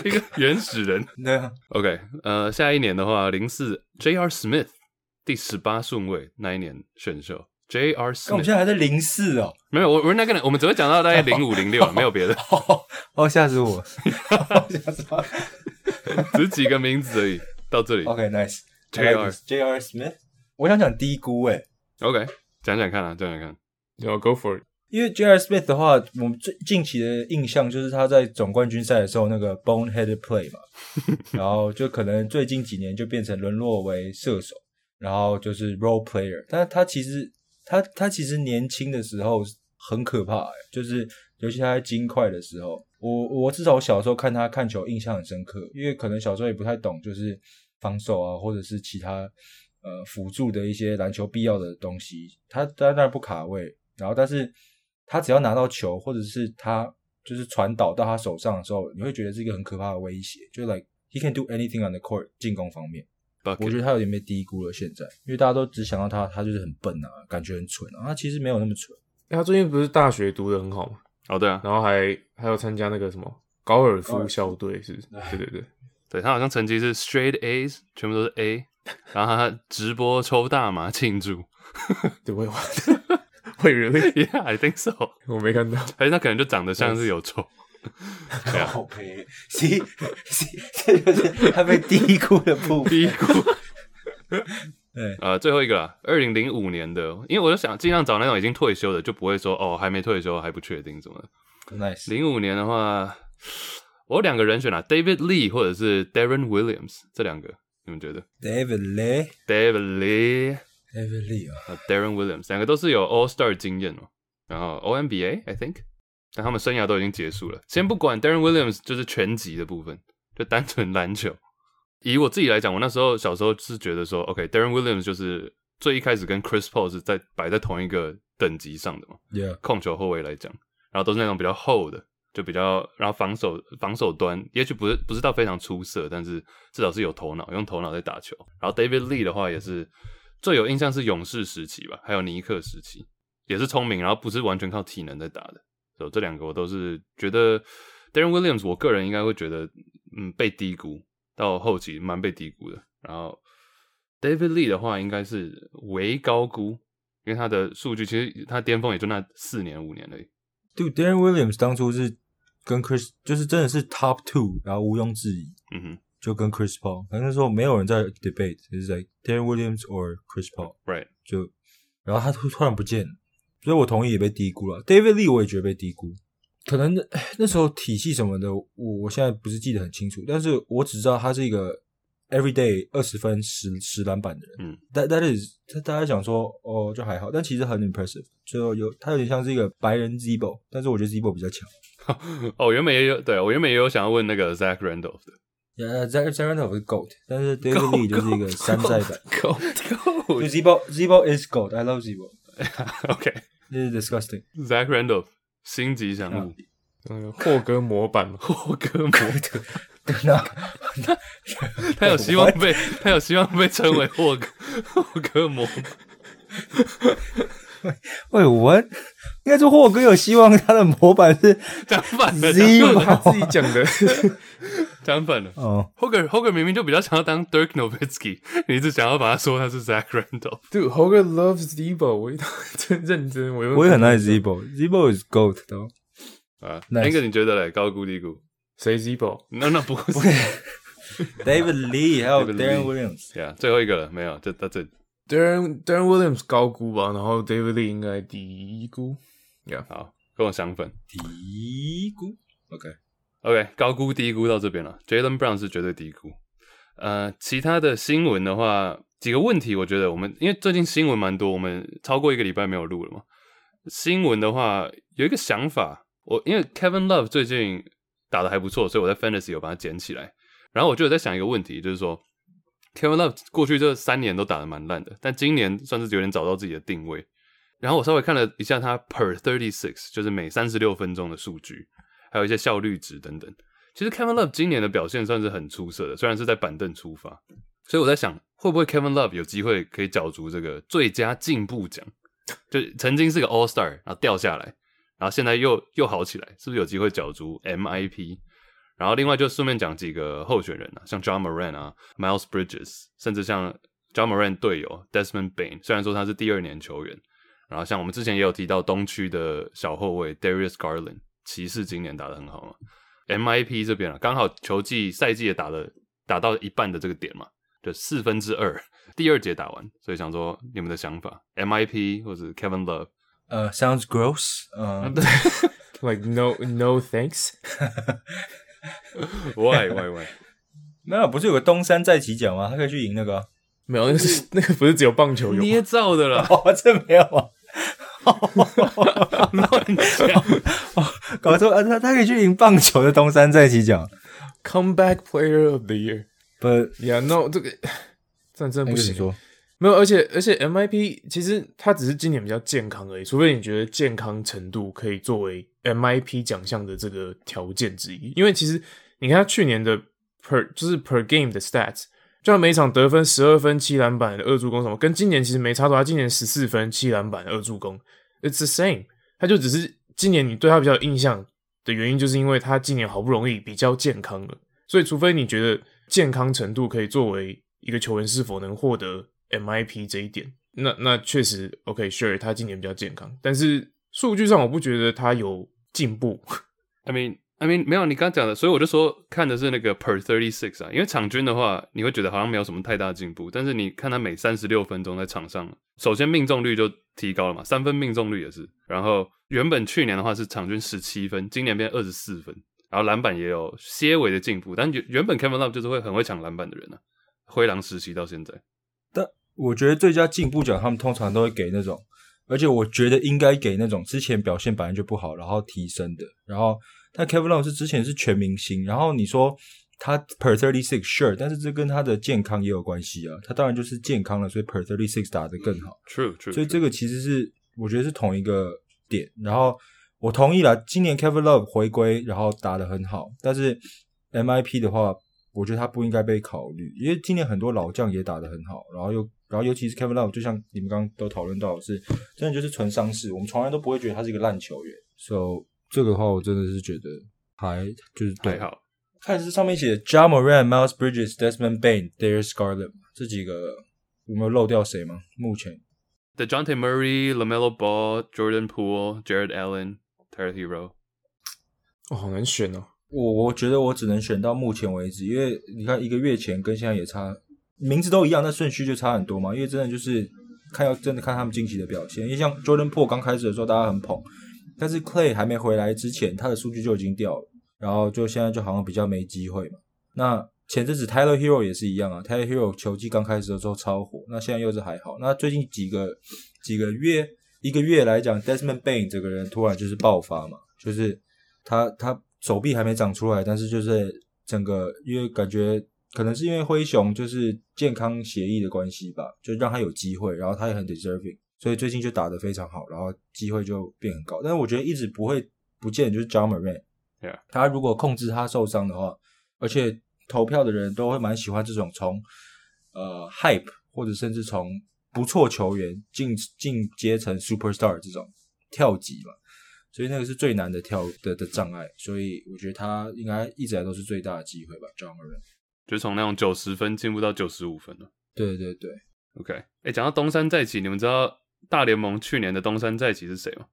Speaker 2: 一个原始人，
Speaker 3: 对啊。
Speaker 2: OK，呃，下一年的话，零四 J.R. Smith 第十八顺位那一年选秀，J.R.
Speaker 3: 看我们
Speaker 2: Smith
Speaker 3: 现在还在零四 哦，
Speaker 2: 没有，我我那个我们只会讲到 大概零五零六，没有别的，
Speaker 3: 哦吓死 我，吓死我。
Speaker 2: 只几个名字而已。到这里
Speaker 3: 哦 OK，nice、
Speaker 2: JR
Speaker 3: J R Smith，我想讲低估欸诶、
Speaker 2: ，OK，讲讲看啊，讲讲看，
Speaker 4: 然后 go for it，
Speaker 3: 因为 J R Smith 的话，我们最近期的印象就是他在总冠军赛的时候那个 boneheaded play 嘛，然后就可能最近几年就变成沦落为射手，然后就是 role player，但他其实他他其实年轻的时候很可怕、欸，就是尤其他在金块的时候，我我至少我小时候看他看球印象很深刻，因为可能小时候也不太懂就是防守啊，或者是其他呃辅助的一些篮球必要的东西，他他当然不卡位，然后但是他只要拿到球，或者是他就是传导到他手上的时候，你会觉得是一个很可怕的威胁，就 like he can do anything on the court 进攻方面。我觉
Speaker 2: Bucket
Speaker 3: 得他有点被低估了，现在，因为大家都只想到他，他就是很笨啊，感觉很蠢啊，他其实没有那么蠢。
Speaker 4: 哎他最近不是大学读的很好吗？
Speaker 2: 哦对啊，
Speaker 4: 然后还还有参加那个什么高尔
Speaker 3: 高尔
Speaker 4: 夫
Speaker 3: 夫
Speaker 4: 校队，是不是？对对对，
Speaker 2: 对他好像成绩是 straight A's，全部都是 A，然后他直播抽大麻 庆祝
Speaker 4: 对我有， 会 really，
Speaker 2: ，Yeah，I think so，
Speaker 4: 我没看到。
Speaker 2: 而且他可能就长得像是有抽，
Speaker 3: 好赔，C C，这就是他被低估的部分。
Speaker 2: 低估。
Speaker 3: 对，
Speaker 2: 呃，最后一个啦，二零零五年的，因为我就想尽量找那种已经退休的，就不会说哦还没退休还不确定什么的。
Speaker 3: nice，
Speaker 2: 零五年的话，我有两个人选啦，David Lee 或者是 Darren Williams 这两个，你们觉得
Speaker 3: David Lee，David
Speaker 2: ？David Lee
Speaker 3: Lee 啊，
Speaker 2: 和呃 Darren Williams 两个都是有 All Star 经验哦，然后 O M B A I think，但他们生涯都已经结束了。先不管 Darren Williams 就是全集的部分，就单纯篮球。以我自己来讲，我那时候小时候是觉得说，OK，Darren、Williams 就是最一开始跟 Chris Paul 是在摆在同一个等级上的嘛，
Speaker 3: Yeah，
Speaker 2: 控球后卫来讲。然后都是那种比较厚的，就比较，然后防守防守端也许不是不是到非常出色，但是至少是有头脑，用头脑在打球。然后 David Lee 的话也是最有印象是勇士时期吧，还有尼克时期，也是聪明，然后不是完全靠体能在打的。所以这两个我都是觉得 Darren Williams，我个人应该会觉得嗯被低估，到后期蛮被低估的。然后 David Lee 的话应该是为高估，因为他的数据其实他巅峰也就那四年五年而已。
Speaker 3: 对，Darren Williams 当初是跟 Chris 就是真的是 Top Two，然后毋庸置疑，
Speaker 2: 嗯哼。
Speaker 3: 就跟 Chris Paul，反正那时候没有人在 debate，就是 like Darren Williams or Chris Paul，
Speaker 2: Right，
Speaker 3: 就然后他突突然不见了，所以我同意也被低估了。David Lee 我也觉得被低估，可能那那时候体系什么的，我我现在不是记得很清楚，但是我只知道他是一个 every day 二十分十十篮板的人。
Speaker 2: 嗯
Speaker 3: 但但是他大家想说哦就还好，但其实很 impressive，就有他有点像是一个白人 Zibo，但是我觉得 Zibo 比较强。
Speaker 2: 哦，原本也有，对我原本也有想要问那个 Zach Randolph 的，
Speaker 3: 呃 z a c z a r a n d o f 是 GOAT，但是 David Lee 就是一个山寨版。
Speaker 2: Go Go
Speaker 3: Zibo Zibo is gold. I love Zibo.
Speaker 2: OK，Zach
Speaker 3: This is disgusting.
Speaker 2: Randolph 新吉祥物，
Speaker 4: 那个嗯霍格模板
Speaker 2: 啊霍 格摩德，
Speaker 3: 那
Speaker 2: 他有希望被他有希望被称为霍格霍格摩德，
Speaker 3: 喂，我应该说霍哥有希望，他的模板是
Speaker 2: 讲反了，
Speaker 4: 他自
Speaker 3: Zibo
Speaker 4: 己讲的，
Speaker 2: 讲反了。
Speaker 3: 哦，
Speaker 2: 霍格霍格明明就比较想要当 Dirk Nowitzki，你 一直想要把他说他是 Zach Randolph，
Speaker 4: 对，Hogan loves Debo，我真认真，我
Speaker 3: 我也很爱 Zibo。Zibo is gold 的哦。
Speaker 2: 啊
Speaker 3: Nice
Speaker 2: 那个你觉得嘞？高估低估
Speaker 4: 谁 Debo？
Speaker 2: ？No No 不是
Speaker 3: David Lee 还有
Speaker 2: David Lee
Speaker 3: Darren Williams，
Speaker 2: ，Yeah，最后一个了，没有，这到这
Speaker 4: Darren Darren Williams 高估吧，然后 David Lee 应该低估。
Speaker 2: 好，跟我相反。
Speaker 3: 嘀咕。OK，
Speaker 2: OK，高估低估到这边了。Jalen Brown 是绝对低估。呃，其他的新闻的话，几个问题，我觉得我们因为最近新闻蛮多，我们超过一个礼拜没有录了嘛。新闻的话，有一个想法，我因为 Kevin Love 最近打的还不错，所以我在 Fantasy 有把它捡起来。然后我就有在想一个问题，就是说 Kevin Love 过去这三年都打的蛮烂的，但今年算是有点找到自己的定位。然后我稍微看了一下他 per thirty six，就是每三十六分钟的数据，还有一些效率值等等。其实 Kevin Love 今年的表现算是很出色的，虽然是在板凳出发，所以我在想，会不会 Kevin Love 有机会可以角逐这个最佳进步奖？就曾经是个 All Star，然后掉下来，然后现在又又好起来，是不是有机会角逐 MIP？然后另外就顺便讲几个候选人啊，像 John Moran 啊、Miles Bridges，甚至像 John Moran 队友 Desmond Bain，虽然说他是第二年球员，然后像我们之前也有提到东区的小后卫 Darius Garland，骑士今年打得很好嘛，MIP 这边啊，刚好球季赛季也打了打到一半的这个点嘛，就四分之二，第二节打完，所以想说你们的想法，MIP 或者 Kevin Love，
Speaker 3: 呃，sounds gross。呃，
Speaker 4: Like no no thanks，
Speaker 2: 喂喂 喂，
Speaker 3: 没有，不是有个东山再起奖吗？他可以去赢那个啊。
Speaker 4: 没有，那个是那个不是只有 棒球有吗，
Speaker 2: 捏造的啦，
Speaker 3: 哦，这没有啊，
Speaker 2: 乱讲，
Speaker 3: 搞错啊！他他可以去赢棒球的东山再起奖。
Speaker 4: Comeback Player of the Year。
Speaker 3: 不，
Speaker 4: Yeah no，这个这样真
Speaker 3: 那
Speaker 4: 的不
Speaker 3: 个你
Speaker 4: 行。啊
Speaker 3: 说，
Speaker 4: 没有，而且而且 MIP 其实它只是今年比较健康而已，除非你觉得健康程度可以作为 MIP 奖项的这个条件之一。因为其实你看他去年的 per 就是 per game 的 stats，就他每一场得分十二分、七篮板、二助攻什么，跟今年其实没差多少。他今年十四分、七篮板、二助攻，it's the same。他就只是今年你对他比较有印象的原因，就是因为他今年好不容易比较健康了。所以，除非你觉得健康程度可以作为一个球员是否能获得 MIP 这一点，那那确实 OK，Sure，、他今年比较健康，但是数据上我不觉得他有进步。
Speaker 2: I mean, I mean，没有你刚讲的，所以我就说看的是那个 per thirty six 啊，因为场均的话，你会觉得好像没有什么太大进步，但是你看他每三十六分钟在场上，首先命中率就提高了嘛，三分命中率也是，然后原本去年的话是场均十七分，今年变二十四分，然后篮板也有些微的进步，但原原本 Kevin Love 就是会很会抢篮板的人啊，灰狼时期到现在，
Speaker 3: 但我觉得最佳进步奖他们通常都会给那种，而且我觉得应该给那种之前表现本来就不好，然后提升的。然后，但 Kevin Love 是之前是全明星，然后你说他 per thirty six sure，但是这跟他的健康也有关系啊。他当然就是健康了，所以 per thirty six 打得更好。
Speaker 2: true true，
Speaker 3: 所以这
Speaker 2: 个
Speaker 3: 个其实是我觉得是同一个点。然后我同意了，今年 Kevin Love 回归，然后打得很好，但是 MIP 的话，我觉得他不应该被考虑，因为今年很多老将也打得很好，然后又然后尤其是 Kevin Love，就像你们刚刚都讨论到的是，真的就是纯伤势，我们从来都不会觉得他是一个烂球员。So 这个的话，我真的是觉得还就是
Speaker 2: 还
Speaker 3: 对
Speaker 2: 好。
Speaker 3: 看是上面写 j a m o r a n Miles Bridges、Desmond Bain、Darius Garland 这几个有没有漏掉谁吗？目前
Speaker 2: The j o h n t e Murray、Lamelo Ball、Jordan Poole、Jared Allen、Tyler Hero，
Speaker 4: 哦，好难选哦。
Speaker 3: 我我觉得我只能选到目前为止，因为你看一个月前跟现在也差，名字都一样，但顺序就差很多嘛。因为真的就是看要真的看他们近期的表现，因为像 Jordan Po 刚开始的时候大家很捧，但是 Clay 还没回来之前，他的数据就已经掉了，然后就现在就好像比较没机会嘛。那前阵子 Tyler Hero 也是一样啊，Tyler Hero 球季刚开始的时候超火，那现在又是还好。那最近几个几个月一个月来讲，Desmond Bain 这个人突然就是爆发嘛，就是他他手臂还没长出来，但是就是整个因为感觉可能是因为灰熊就是健康协议的关系吧，就让他有机会，然后他也很 deserving，所以最近就打得非常好，然后机会就变很高。但是我觉得一直不会不见就是 John Moran，
Speaker 2: Yeah
Speaker 3: 他如果控制他受伤的话，而且投票的人都会蛮喜欢这种从呃 hype 或者甚至从不错球员进进阶成 superstar 这种跳级嘛，所以那个是最难的跳的的障碍，所以我觉得他应该一直来都是最大的机会吧，John Moran。
Speaker 2: 就从那种九十分进步到九十五分了。
Speaker 3: 对对对，
Speaker 2: OK，哎、讲到东山再起，你们知道大联盟去年的东山再起是谁吗？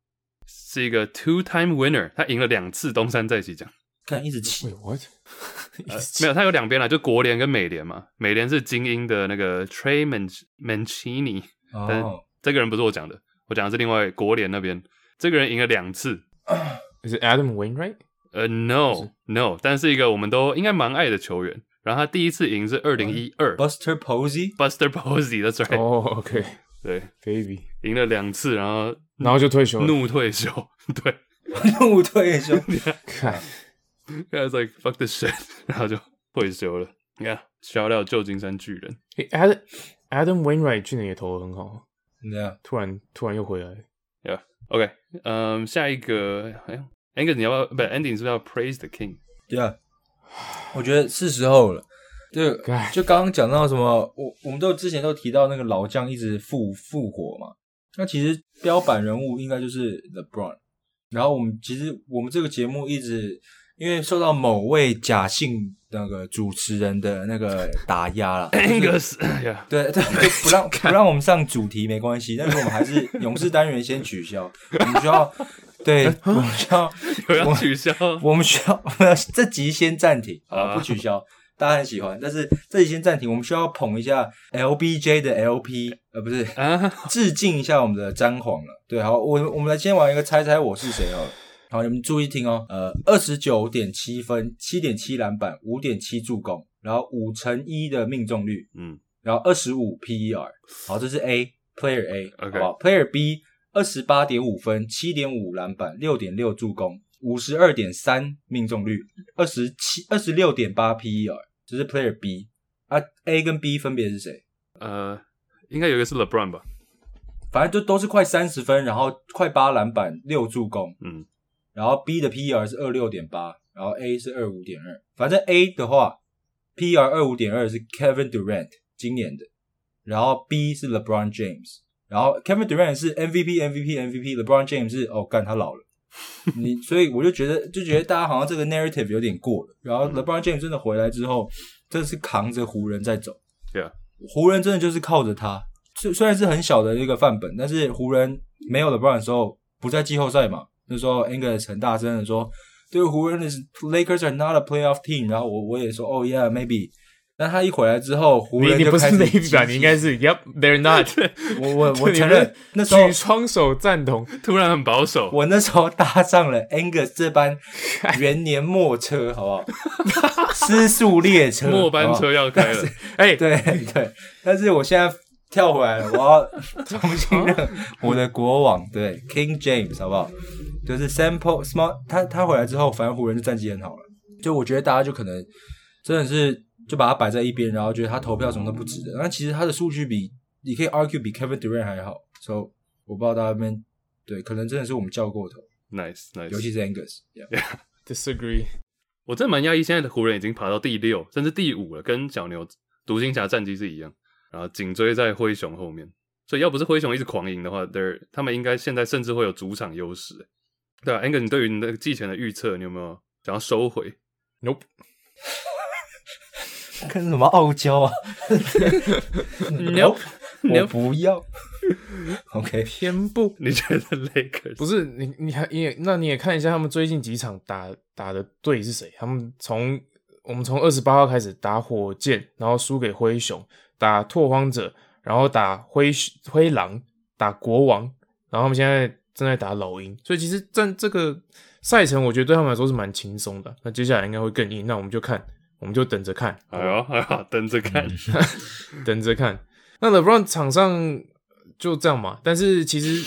Speaker 2: 是一个 two-time winner，他赢了两次东山再起奖。
Speaker 3: 看一直起
Speaker 4: 喂，what？
Speaker 2: 呃没有，他有两边啦，就国联跟美联嘛。美联是精英的那个 Trey Man Mancini，但
Speaker 3: 哦，
Speaker 2: 这个人不是我讲的，我讲的是另外国联那边。这个人赢了两次，
Speaker 4: Is it Adam Wainwright？
Speaker 2: 呃，no no，但是一个我们都应该蛮爱的球员。然后他第一次赢是二零一二
Speaker 3: Buster Posey，
Speaker 2: Buster Posey 的 right，、
Speaker 4: 哦，OK，
Speaker 3: 嗯
Speaker 2: 对，
Speaker 4: baby，
Speaker 2: 赢了两次，然后
Speaker 4: 然后就退休了。
Speaker 2: 怒退休，对，
Speaker 3: 怒退休。
Speaker 4: 看，
Speaker 2: I was like fuck this shit，然 后就退休了。你看，小料旧金山巨人，
Speaker 4: 诶，Adam Adam Wainwright 去年也投的很好，啊
Speaker 3: 那样
Speaker 4: 突然突然又回来。
Speaker 2: OK，嗯、下一个，哎呦，Angus，你要不要？不，Andy，你是不是要 praise the king？
Speaker 3: 对啊，我觉得是时候了。就
Speaker 4: God
Speaker 3: 就刚刚讲到什么，我我们都之前都提到那个老将一直复复活嘛。那其实标板人物应该就是 LeBron。然后我们其实我们这个节目一直因为受到某位假性那个主持人的那个打压了
Speaker 2: Angus，哎 呀，
Speaker 3: 对对，就不让不让我们上主题没关系，但是我们还是勇士单元先取消，我们需要对，我们需要
Speaker 2: 有要取消？
Speaker 3: 我们需要我们要这集先暂停，好吧
Speaker 2: 啊
Speaker 3: 不取消，大家很喜欢，但是这集先暂停，我们需要捧一下 LBJ 的 LP，呃，不是，
Speaker 2: 啊，
Speaker 3: 致敬一下我们的詹皇了。对，好，我我们来先玩一个猜猜我是谁好了。好，你们注意听哦。呃，二十九点七分，七点七篮板，五点七助攻，然后五乘一的命中率，
Speaker 2: 嗯，
Speaker 3: 然后二十五 PER。好，这是 A player A，好
Speaker 2: OK
Speaker 3: 不好？Player B 二十八点五分，七点五篮板，六点六助攻，五十二点三命中率，二十七二十六点八 PER，这是 Player B。啊，A 跟 B 分别是谁？
Speaker 2: 呃，应该有一个是 LeBron 吧？
Speaker 3: 反正就都是快三十分，然后快八篮板、六助攻，
Speaker 2: 嗯，
Speaker 3: 然后 B 的 PER 是二六点八，然后 A 是二五点二。反正 A 的话，PER 二五点二是 Kevin Durant 今年的，然后 B 是 LeBron James，然后 Kevin Durant 是 MVP MVP MVP，LeBron James 是哦干他老了。你所以我就觉得就觉得大家好像这个 narrative 有点过了，然
Speaker 4: 嗯
Speaker 3: 后 LeBron James 真的回来之后，真的是扛着湖人在走。
Speaker 2: Yeah
Speaker 3: 湖人真的就是靠着他，虽虽然是很小的一个范本，但是湖人没有 LeBron 的时候，不在季后赛嘛，那时候 Angus 很大声的说，对湖人的是 Lakers are not a playoff team，然后我我也说哦 yeah maybe，但他一回来之后，湖
Speaker 4: 你
Speaker 3: 人
Speaker 4: 你
Speaker 3: 就
Speaker 4: 不是
Speaker 3: 开始
Speaker 4: Navy 吧？你应该是 Yep，they're not。
Speaker 3: 我我我
Speaker 4: 对你
Speaker 3: 承
Speaker 4: 不是
Speaker 3: 认那时候
Speaker 4: 举双手赞同，
Speaker 2: 突然很保守，
Speaker 3: 我那时候搭上了 Angus 这班元年末车，好不 好？失速列车，
Speaker 2: 末班
Speaker 3: 好不好
Speaker 2: 车要开 了。
Speaker 4: 哎，
Speaker 3: 对对，但是我现在跳回来了，我要重 新认我的国王，对 King James 好不好？就是 Sample Small，他他回来之后，反正湖人的战绩很好了，就我觉得大家就可能真的是就把他摆在一边，然后觉得他投票什么都不值得。那其实他的数据比你可以 argue 比 Kevin Durant 还好，so 我不知道大家那边对，可能真的是我们叫过头。
Speaker 2: Nice nice，
Speaker 3: 尤其是 Angus。Yeah.
Speaker 4: Disagree，
Speaker 2: 我真的蛮讶异，现在的湖人已经爬到第六甚至第五了，跟小牛、独行侠战绩是一样，然后紧追在灰熊后面。所以要不是灰熊一直狂赢的话，they 他们应该现在甚至会有主场优势。对啊，Ang，你对于你的季前的预测，你有没有想要收回？
Speaker 4: Nope，
Speaker 3: 看什么傲娇啊！
Speaker 2: Nope
Speaker 3: 我不要。OK，
Speaker 4: 偏不。
Speaker 2: 你觉得 Lakers
Speaker 4: 不是你，你还你也那你也看一下他们最近几场打打的队是谁？他们从我们从二十八号开始打火箭，然后输给灰熊，打拓荒者，然后打灰灰狼，打国王，然后他们现在正在打老鹰，所以其实战这个赛程，我觉得对他们来说是蛮轻松的。那接下来应该会更硬，那我们就看，我们就等着看，
Speaker 2: 哎呦哎呦，等着看。
Speaker 4: 等着看。那 LeBron 场上就这样嘛，但是其实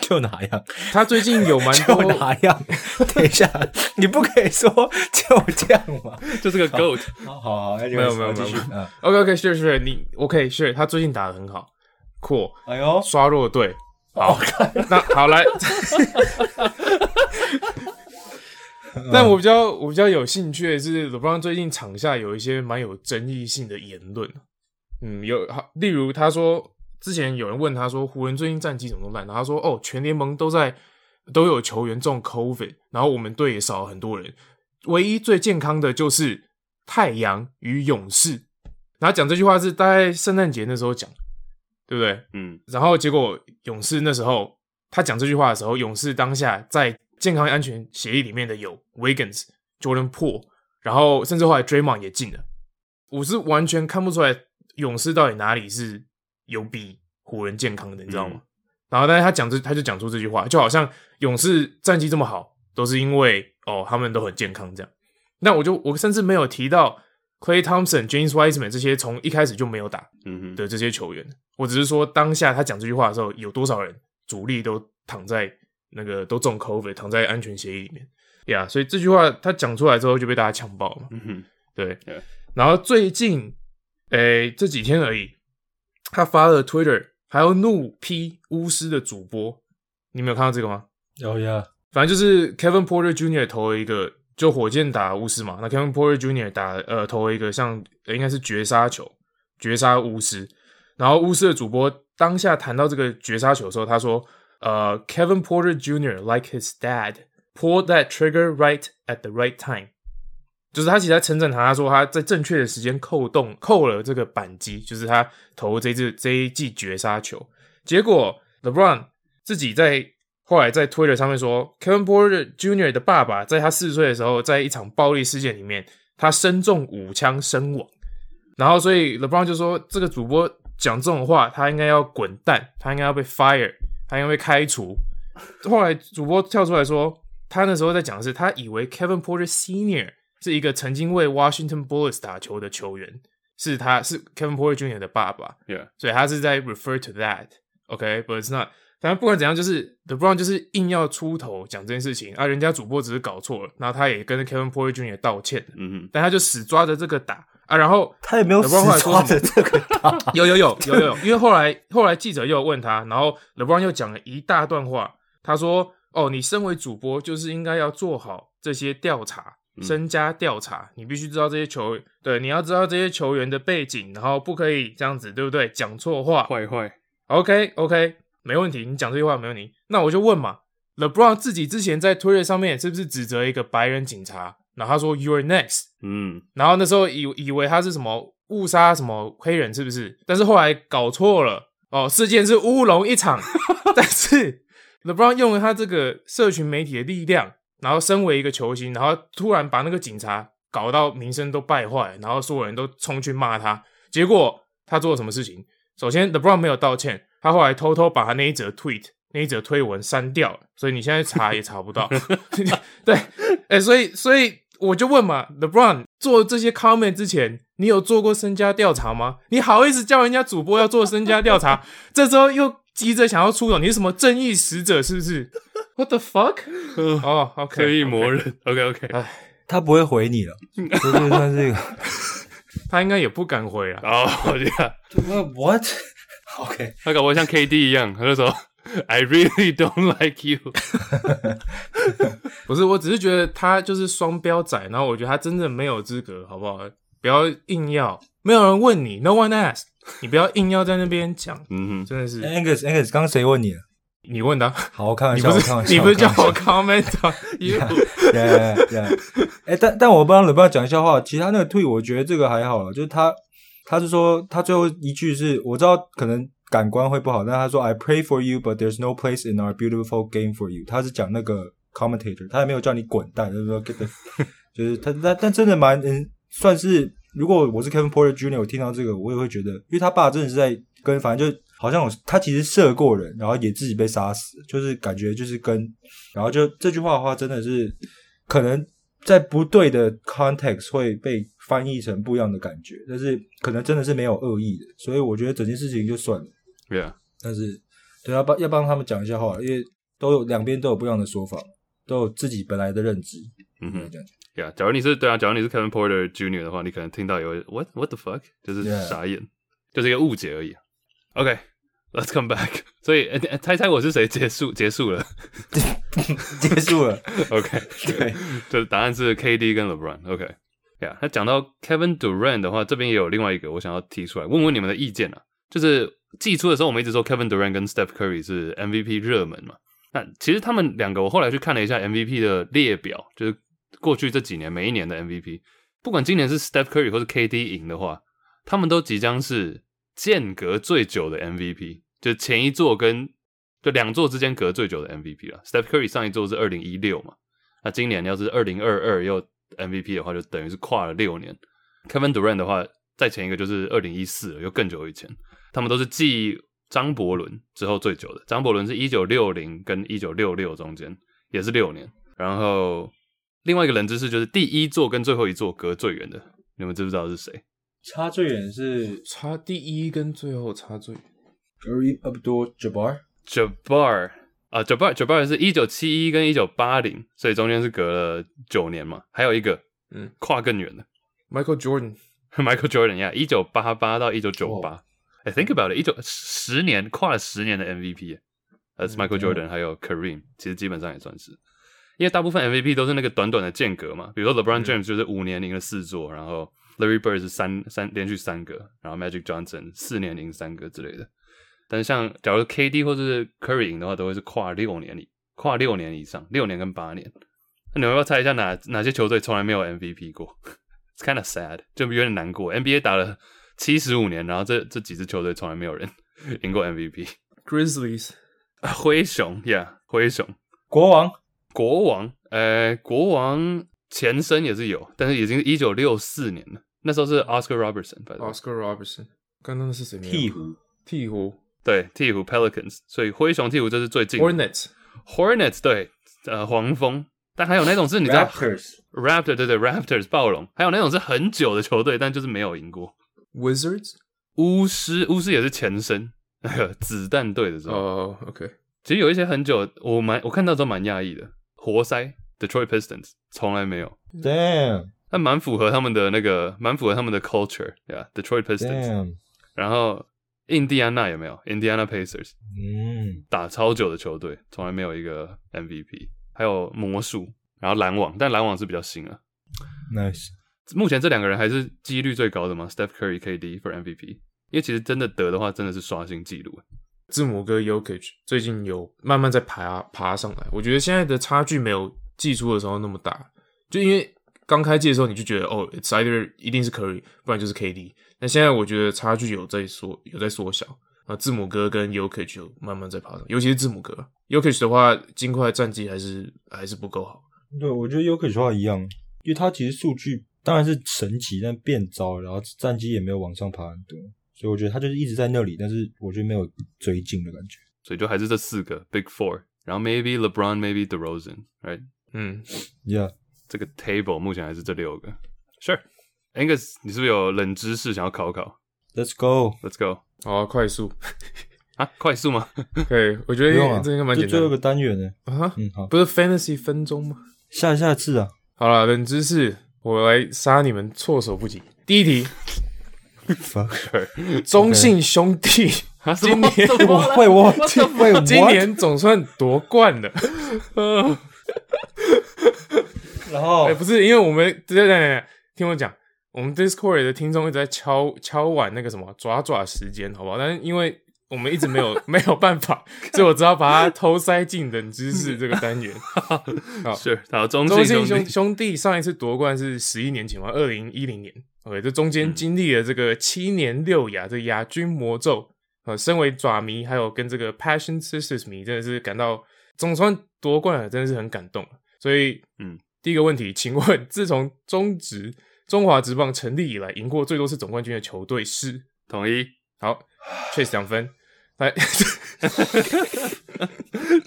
Speaker 3: 就哪样
Speaker 4: 他最近有蛮
Speaker 3: 就
Speaker 4: 多
Speaker 3: 哪 样。等一下，你不可以说就这样嘛？
Speaker 2: 就是个 goat，
Speaker 3: 好好，没
Speaker 4: 没有没有没有
Speaker 3: 继续。嗯，
Speaker 4: OK OK sure sure，你 OK sure，他最近打的很好，cool，
Speaker 3: 哎呦，
Speaker 4: 刷弱队，好，那好来，但我比较我比较有兴趣的是，LeBron 最近场下有一些蛮有争议性的言论，嗯，有好，例如他说之前有人问他说湖人最近战绩怎么烂，然后他说哦，全联盟都在都有球员中 COVID，然后我们队也少了很多人，唯一最健康的就是太阳与勇士。然后讲这句话是大概圣诞节那时候讲，对不对？
Speaker 2: 嗯，
Speaker 4: 然后结果勇士那时候他讲这句话的时候，勇士当下在健康安全协议里面的有 Wiggins、Jordan Poole，然后甚至后来 Draymond 也进了。我是完全看不出来勇士到底哪里是有比湖人健康的，你知道吗？
Speaker 2: 嗯
Speaker 4: 然后，但是他讲这，他就讲出这句话，就好像勇士战绩这么好，都是因为哦他们都很健康这样。那我就我甚至没有提到 Clay Thompson、James Wiseman 这些从一开始就没有打，
Speaker 2: 嗯哼，
Speaker 4: 的这些球员。我只是说，当下他讲这句话的时候，有多少人主力都躺在那个都中 COVID，躺在安全协议里面呀。Yeah, 所以这句话他讲出来之后就被大家呛爆了嘛。
Speaker 2: 嗯哼，
Speaker 4: 对
Speaker 2: Yeah.，
Speaker 4: 然后最近，诶、这几天而已，他发了 Twitter，还要怒批巫师的主播。你没有看到这个吗？
Speaker 3: 有呀，
Speaker 4: 反正就是 Kevin Porter Jr. 投了一个，就火箭打巫师嘛，那 Kevin Porter Jr. 打呃投了一个像呃应该是绝杀球，绝杀巫师。然后巫师的主播当下谈到这个绝杀球的时候，他说：“呃，Kevin Porter Jr. like his dad pulled that trigger right at the right time。”就是他其实在称赞他，他说他在正确的时间扣动扣了这个扳机，就是他投这支这一记绝杀球。结果 LeBron 自己在后来在 Twitter 上面说，Kevin Porter Jr. 的爸爸在他四岁的时候，在一场暴力事件里面，他身中五枪身亡。然后，所以 LeBron 就说，这个主播讲这种话，他应该要滚蛋，他应该要被 fire，他应该被开除。后来主播跳出来说，他那时候在讲的是，他以为 Kevin Porter Senior 是一个曾经为 Washington Bullets 打球的球员，是他是 Kevin Porter Jr. 的爸爸。
Speaker 2: Yeah，
Speaker 4: 所以他是在 refer to that，OK，but、it's not。但不管怎样，就是 LeBron 就是硬要出头讲这件事情啊，人家主播只是搞错了，然后他也跟 Kevin Porter Jr. 也道歉，
Speaker 2: 嗯哼，
Speaker 4: 但他就死抓着这个打啊，然后
Speaker 3: 他也没有死
Speaker 4: LeBron 后来说
Speaker 3: 抓着这个打。
Speaker 4: 有有有有有有，因为后来后来记者又问他，然后 LeBron 又讲了一大段话，他说：“哦，你身为主播，就是应该要做好这些调查，身家调查，你必须知道这些球员，对，你要知道这些球员的背景，然后不可以这样子，对不对？讲错话，
Speaker 2: 坏坏，
Speaker 4: OK OK，没问题，你讲这句话没问题。那我就问嘛，LeBron 自己之前在推特上面是不是指责一个白人警察？然后他说 You're next，
Speaker 2: 嗯，
Speaker 4: 然后那时候以以为他是什么误杀什么黑人，是不是？但是后来搞错了，哦，事件是乌龙一场。 但是 LeBron 用了他这个社群媒体的力量，然后身为一个球星，然后突然把那个警察搞到名声都败坏，然后所有人都冲去骂他。结果他做了什么事情？首先，LeBron 没有道歉，他后来偷偷把他那一则 tweet 那一则推文删掉了，所以你现在查也查不到。对，哎、所以所以我就问嘛，LeBron 做这些 comment 之前，你有做过身家调查吗？你好意思叫人家主播要做身家调查？这时候又急着想要出手，你是什么正义使者是不是？What the fuck？哦、o k
Speaker 2: 刻意魔人，OK OK，
Speaker 3: 他不会回你 了，这就算是一个
Speaker 4: 他应该也不敢回啊。
Speaker 2: 哦，对啊，
Speaker 3: What？OK，
Speaker 2: 他搞不好像 KD 一样，他就说
Speaker 5: I really don't like you
Speaker 4: 不是，我只是觉得他就是双标仔，然后我觉得他真的没有资格，好不好？不要硬要，没有人问你，No one asked，你不要硬要在那边讲，
Speaker 2: 嗯哼，
Speaker 4: 真的是
Speaker 3: Angus Angus，刚刚谁问你了？
Speaker 4: 你问的啊、
Speaker 3: 好，我开玩
Speaker 4: 你
Speaker 3: 笑，
Speaker 4: 不
Speaker 3: 我开玩
Speaker 4: 是
Speaker 3: 笑，
Speaker 4: 你不是叫
Speaker 3: 开玩
Speaker 4: 我
Speaker 3: 笑
Speaker 4: comment 啊？ 因为
Speaker 3: 对对对，哎，但但我帮冷爸讲一下话，其他那个 tweet 我觉得这个还好了，就是他他是说他最后一句是我知道可能感官会不好，但他说 I pray for you, but there's no place in our beautiful game for you。他是讲那个 commentator，他也没有叫你滚蛋，就是说 get the，就是他但但真的蛮嗯，算是如果我是 Kevin Porter Jr，我听到这个我也会觉得，因为他爸真的是在跟反正就好像有他其实射过人，然后也自己被杀死，就是感觉就是跟然后就这句话的话，真的是可能在不对的 context 会被翻译成不一样的感觉，但是可能真的是没有恶意的，所以我觉得整件事情就算了。
Speaker 2: ，Yeah，
Speaker 3: 但是对要帮要帮他们讲一下话，因为都有两边都有不一样的说法，都有自己本来的认知。
Speaker 2: 嗯
Speaker 3: 这样
Speaker 2: 哼
Speaker 3: 讲，
Speaker 2: ，Yeah，假如你是对啊，假如你是 Kevin Porter Jr. 的话，你可能听到有 What What the fuck，就是
Speaker 3: Yeah
Speaker 2: 傻眼就是一个误解而已。OK，Let's、come back。所以、呃呃猜猜我是谁？结束结束了。
Speaker 3: 结束了，
Speaker 2: OK，
Speaker 3: 对，
Speaker 2: 就答案是 KD 跟 LeBron。OK，呀、yeah,，那讲到 Kevin Durant 的话，这边也有另外一个我想要提出来，问问你们的意见啊。就是季初的时候，我们一直说 Kevin Durant 跟 Steph Curry 是 MVP 热门嘛。那其实他们两个，我后来去看了一下 MVP 的列表，就是过去这几年每一年的 MVP，不管今年是 Steph Curry 或是 KD 赢的话，他们都即将是间隔最久的 MVP，就是前一座跟就两座之间隔最久的 MVP 了。Steph Curry 上一座是二零一六嘛，那今年要是二零二二又 MVP 的话，就等于是跨了六年。Kevin Durant 的话，再前一个就是二零一四，又更久以前。他们都是继张伯伦之后最久的。张伯伦是一九六零跟一九六六中间，也是六年。然后另外一个冷知识就是第一座跟最后一座隔最远的，你们知不知道是谁？
Speaker 3: 差最远是
Speaker 4: 差第一跟最后差最
Speaker 3: Kareem Abdul Jabbar。
Speaker 2: Jabbar 啊，Jabbar Jabbar 是一九七一跟一九八零，所以中间是隔了九年嘛。还有一个，
Speaker 4: 嗯，
Speaker 2: 跨更远的
Speaker 4: Michael Jordan，
Speaker 2: Michael Jordan 呀，一九八八到一九九八。I think about it，一九十年跨了十年的 MVP，耶呃、是 Michael Jordan 还有 Kareem，其实基本上也算是，因为大部分 MVP 都是那个短短的间隔嘛，比如说 LeBron James 就是五年赢了四座，然后 Larry Bird 是三三连续三个，然后 Magic Johnson 四年赢三个之类的。但是像假如 KD 或者是 Curry 赢的话，都会是跨六年以跨六年以上，六年跟八年。那你们要不要猜一下哪哪些球队从来没有 MVP 过？It's kind of sad，就有点难过。NBA 打了七十五年，然后这这几支球队从来没有人 赢过 MVP。
Speaker 4: Grizzlies，
Speaker 2: 啊灰熊，Yeah，灰熊，
Speaker 3: 国王
Speaker 2: 国王，呃，国王前身也是有，但是已经一九六四年了。那时候是 Oscar Robertson，by the way
Speaker 4: Oscar Robertson，刚刚那是谁没有？
Speaker 3: 鹈鹕
Speaker 4: 鹈鹕
Speaker 2: 对，鹈鹕 Pelicans，所以灰熊鹈鹕这是最近的
Speaker 4: Hornets，
Speaker 2: Hornets 对，呃，黄蜂，但还有那种是你知道
Speaker 3: Raptors
Speaker 2: Raptor 对对 Raptors 暴龙，还有那种是很久的球队，但就是没有赢过。
Speaker 4: Wizards，
Speaker 2: 巫师，巫师也是前身 那个子弹队的时候，
Speaker 4: 哦、o k
Speaker 2: 其实有一些很久，我蛮我看到都蛮讶异的。活塞 Detroit Pistons 从来没有，
Speaker 3: ，Damn
Speaker 2: 但蛮符合他们的那个，蛮符合他们的 culture，对吧？Detroit Pistons，
Speaker 3: Damn，
Speaker 2: 然后印第安纳有没有？Indiana Pacers
Speaker 3: 嗯，
Speaker 2: 打超久的球队，从来没有一个 MVP，还有魔术，然后篮网，但篮网是比较新啊。
Speaker 3: ，nice。
Speaker 2: 目前这两个人还是几率最高的吗？Steph Curry、KD for MVP，因为其实真的得的话，真的是刷新纪录。
Speaker 4: 字母哥 Yokich 最近有慢慢在爬爬上来，我觉得现在的差距没有季初的时候那么大，就因为刚开季的时候你就觉得哦，it's either 一定是 Curry，不然就是 KD，那现在我觉得差距有在缩有在缩小。啊，字母哥跟 Yokich 有慢慢在爬上，尤其是字母哥 Yokich 的话，金块战绩还是还是不够好。
Speaker 3: 对，我觉得 Yuki 说话一样，因为他其实数据当然是神奇，但变糟了，然后战绩也没有往上爬很多，所以我觉得他就是一直在那里，但是我觉得没有追进的感觉。
Speaker 2: 所以就还是这四个 Big Four，然后 maybe LeBron，maybe DeRozan，right？
Speaker 4: 嗯，
Speaker 3: Yeah，
Speaker 2: 这个 table 目前还是这六个。Sure，Angus，你是不是有冷知识想要考考
Speaker 3: Let's go，
Speaker 2: ？Let's go
Speaker 4: 好、啊，快速，
Speaker 2: 啊，快速吗？
Speaker 4: 可以，我觉
Speaker 3: 不
Speaker 4: 得
Speaker 3: 用啊，
Speaker 4: 这应该蛮
Speaker 3: 就
Speaker 4: 简
Speaker 3: 最后
Speaker 4: 单
Speaker 3: 一个
Speaker 4: 的
Speaker 3: 单元呢。
Speaker 4: 啊，
Speaker 3: 嗯，好，
Speaker 4: 不是 Fantasy 分钟吗？
Speaker 3: 下下次啊，
Speaker 4: 好了，冷知识，我来杀你们措手不及。第一题，中信兄弟
Speaker 2: 啊，
Speaker 4: 今年
Speaker 2: 什么什么
Speaker 3: 我
Speaker 2: 啦
Speaker 3: 会我会我
Speaker 4: 今年总算夺冠了。
Speaker 3: 然后
Speaker 2: 哦
Speaker 4: 哎、不是，因为我们对对对，听我讲，我们 Discord 的听众一直在敲敲碗那个什么爪爪时间，好不好？但是因为我们一直没有 没有办法，所以我只好把它偷塞进冷知识这个单元。 好
Speaker 2: 是好，中
Speaker 4: 中
Speaker 2: 信
Speaker 4: 信
Speaker 2: 兄
Speaker 4: 兄
Speaker 2: 弟
Speaker 4: 兄弟上一次夺冠是十一年前嘛，二零一零年。OK，这中
Speaker 2: 嗯
Speaker 4: 间经历了这个七年六亚这亚军魔咒，呃，身为爪迷还有跟这个 Passion Sisters 迷，真的是感到总算夺冠了，真的是很感动。所以，
Speaker 2: 嗯，
Speaker 4: 第一个问题，请问自从中职中华职棒成立以来，赢过最多次总冠军的球队是？
Speaker 2: 统一，
Speaker 4: 好，确实两分。来，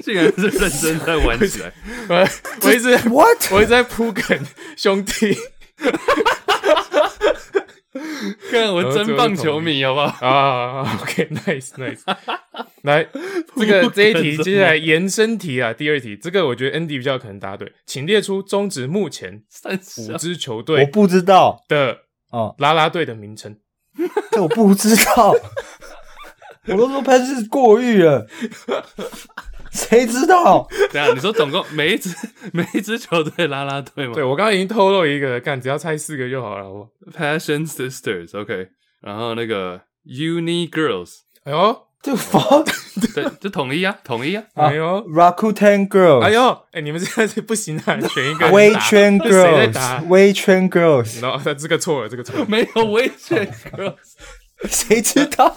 Speaker 2: 竟然是认真在玩起来，
Speaker 4: 我我一直
Speaker 3: what？
Speaker 4: 我一直在铺梗，兄弟。
Speaker 2: 看我真棒球迷好不好？
Speaker 4: 啊，OK，nice，nice。来，这个这一题，接下来延伸题啊，第二题，这个我觉得 Andy 比较可能答对，请列出中职目前
Speaker 2: 三
Speaker 4: 五
Speaker 2: 十啊，
Speaker 4: 支球
Speaker 3: 我
Speaker 4: 队
Speaker 3: 不知道
Speaker 4: 的
Speaker 3: 哦，
Speaker 4: 啦啦队的名称。
Speaker 3: 这我不知道，我都说潘是过誉了，谁知道？
Speaker 2: 等啊一下你说总共每一支每一支球队拉拉队吗？
Speaker 4: 对我刚刚已经透露一个了，干，只要猜四个就好了，好不好
Speaker 2: Passion Sisters，OK，、然后那个 Uni Girls，
Speaker 4: 哎呦，
Speaker 3: 这个 fuck
Speaker 2: 对，就统一啊，统一啊，
Speaker 3: 啊
Speaker 4: 哎呦，
Speaker 3: Rakuten
Speaker 4: 哎
Speaker 3: Girls，
Speaker 4: 呦，哎，你们现在是不行啊，选一个
Speaker 3: 微圈
Speaker 4: 这谁在打
Speaker 3: Girls，微圈 Girls，
Speaker 4: 然后这个错了，这个错了。
Speaker 2: 没有危 险 Girls，
Speaker 3: 谁知 道？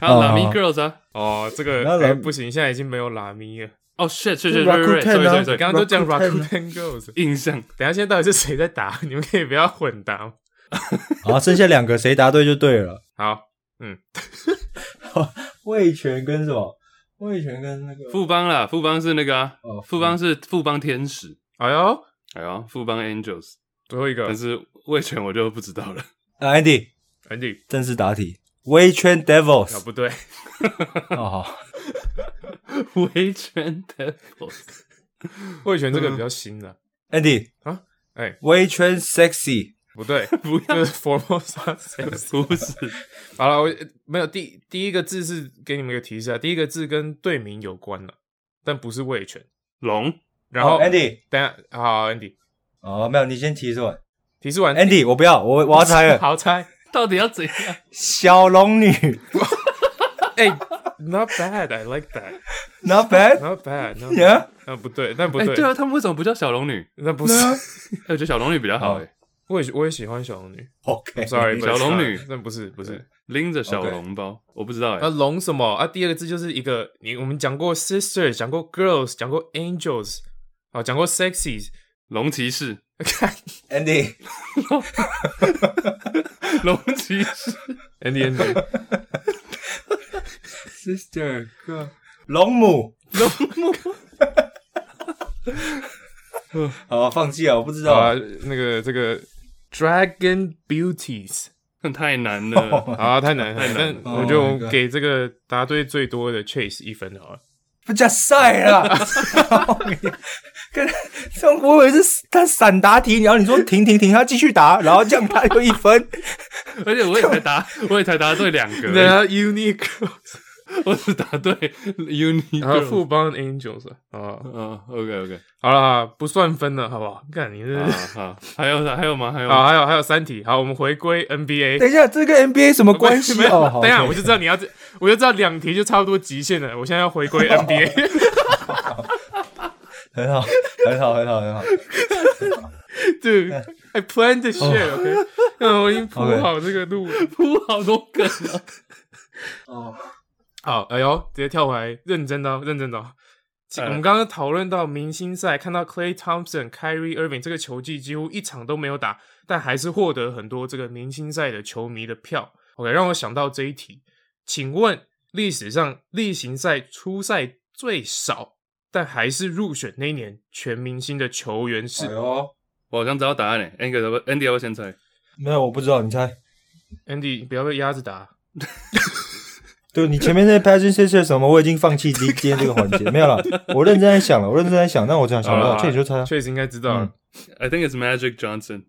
Speaker 2: 还有 Lami
Speaker 3: 哦
Speaker 2: Girls 啊，
Speaker 4: 哦，这
Speaker 3: 那
Speaker 4: 个
Speaker 3: 人
Speaker 4: 哎不行，现在已经没有拉咪了。
Speaker 2: 哦、shit shit shit，
Speaker 3: 是
Speaker 2: right right
Speaker 3: Rakuten 啊
Speaker 2: right，sorry sorry
Speaker 4: 你
Speaker 2: sorry，
Speaker 4: 刚刚都讲
Speaker 3: Rakuten
Speaker 4: Rakuten Girls，
Speaker 2: 印 象
Speaker 4: 等一下现在到底是谁在打？你们可以不要混搭吗？
Speaker 3: 哦好，剩下两个谁答对就对了。
Speaker 4: 好，
Speaker 3: 魏权跟什么？魏权跟那个
Speaker 2: 富邦啦，富邦是那个啊，
Speaker 3: 哦
Speaker 2: 富邦是富邦天使，
Speaker 4: 哎呦，
Speaker 2: 哎呀，富邦 Angels，
Speaker 4: 最后一个
Speaker 2: 但是魏权我就不知 道了，
Speaker 3: 啊 Andy
Speaker 4: ，Andy
Speaker 3: 正式答题。微圈
Speaker 4: 啊，
Speaker 3: Devils，
Speaker 4: 不 对，
Speaker 3: 哦好，
Speaker 2: 维权 Devils，
Speaker 4: 魏权这个比较新的，
Speaker 3: ，Andy
Speaker 4: 啊，嗯哎
Speaker 3: 微圈 Sexy，
Speaker 4: 不对， 不就是 Formosa Sales。
Speaker 2: 不是，
Speaker 4: 好了，我呃没有第第一个字是给你们一个提示啊，第一个字跟队名有关了，但不是魏权。
Speaker 2: 龙
Speaker 4: 然后、
Speaker 3: 哦 Andy，
Speaker 4: 等一下好，Andy
Speaker 3: 哦没有，你先提示完。
Speaker 4: 提示完
Speaker 3: Andy，我不要，我 我要猜了，
Speaker 4: 好猜，
Speaker 2: 到底要怎样？
Speaker 3: 小龙女
Speaker 4: 哎、n o t bad，I like that，not
Speaker 3: ，Not bad，
Speaker 4: bad，not bad，
Speaker 3: yeah，
Speaker 4: 那、不对，但不
Speaker 2: 哎、
Speaker 4: 对，
Speaker 2: 对啊，他们为什么不叫小龙女？
Speaker 4: 那不是，
Speaker 3: 啊
Speaker 2: 哎、我觉得小龙女比较好、
Speaker 3: 哦
Speaker 2: 哎、
Speaker 4: 我也我也喜欢小龙女
Speaker 3: OK，
Speaker 4: ，sorry，
Speaker 2: 小龙女
Speaker 4: 那不是不是，
Speaker 2: 拎着小
Speaker 3: OK
Speaker 2: 笼包我不知道哎、
Speaker 4: 啊，龙什么啊？第二个字就是一个你，我们讲过 sister，讲过 girls，讲过 angels，啊，讲过 sexy，
Speaker 2: 龙骑士，
Speaker 4: 看
Speaker 3: Andy，
Speaker 2: 龙骑 士，
Speaker 4: Andy Andy，
Speaker 3: Sister 哥，龙母，龙母。好，放弃了，我不知
Speaker 4: 啊
Speaker 3: 道。，
Speaker 4: 那个这个 dragon beauties，
Speaker 2: 太难 了。
Speaker 4: 啊，太难了，
Speaker 2: 太难了
Speaker 4: 但我就
Speaker 3: Oh my god
Speaker 4: 给这个答对最多的 Chase 一分好了。
Speaker 3: 不加赛 啦！跟中国伟是他散答题，然后你说停停停，他继续答，然后这样他就一分。
Speaker 2: 而且我也才答，我也才答 对两
Speaker 4: 对
Speaker 2: 个，
Speaker 4: 啊，Unique，
Speaker 2: 我只答对 Uni
Speaker 4: 然后
Speaker 2: Girls。
Speaker 4: 啊富邦 Angels 啊，
Speaker 2: 嗯，OK OK，
Speaker 4: 好了，不算分了，好不好？看你这
Speaker 2: 好。啊好，还有还有吗？还有
Speaker 4: 好，
Speaker 2: 吗
Speaker 4: 还有还有三题，好，我们回归 NBA。
Speaker 3: 等一下，这跟 NBA 什么 关系
Speaker 4: 没有
Speaker 3: 哦？好
Speaker 4: 等一下
Speaker 3: OK
Speaker 4: 我就知道你要这，我就知道两题就差不多极限了。我现在要回归 NBA，
Speaker 3: 很好，很好，很好，很好。
Speaker 4: 对，I plan the shit，OK，、嗯，
Speaker 3: 哦
Speaker 4: 我已经铺好这个路了。
Speaker 2: 铺 好多梗啊！
Speaker 3: 哦，
Speaker 4: 好，哎呦，直接跳回来，认真的、哦，认真的、哦。
Speaker 2: 呃
Speaker 4: 我们刚刚讨论到明星赛，看到 Clay Thompson、Kyrie Irving 这个球季几乎一场都没有打，但还是获得很多这个明星赛的球迷的票。OK，让我想到这一题，请问历史上例行赛初赛最少但还是入选那一年全明星的球员是？
Speaker 3: 哎呦，
Speaker 2: 我好像知道答案嘞，Andy 要不 Andy 要不要先猜？
Speaker 3: 没有，我不知道，你猜。
Speaker 4: Andy，不要被鸭子打。
Speaker 3: 对你前面那 passion s i s t e r 什么，我已经放弃今今天这个环节，没有 了。我认真在想了，我认真在想，但我这样想不
Speaker 4: 好
Speaker 3: 到，
Speaker 4: 啦
Speaker 3: 这你就猜啊。
Speaker 4: 哦确实应该知道。啊
Speaker 3: 嗯、
Speaker 2: I think it's Magic Johnson。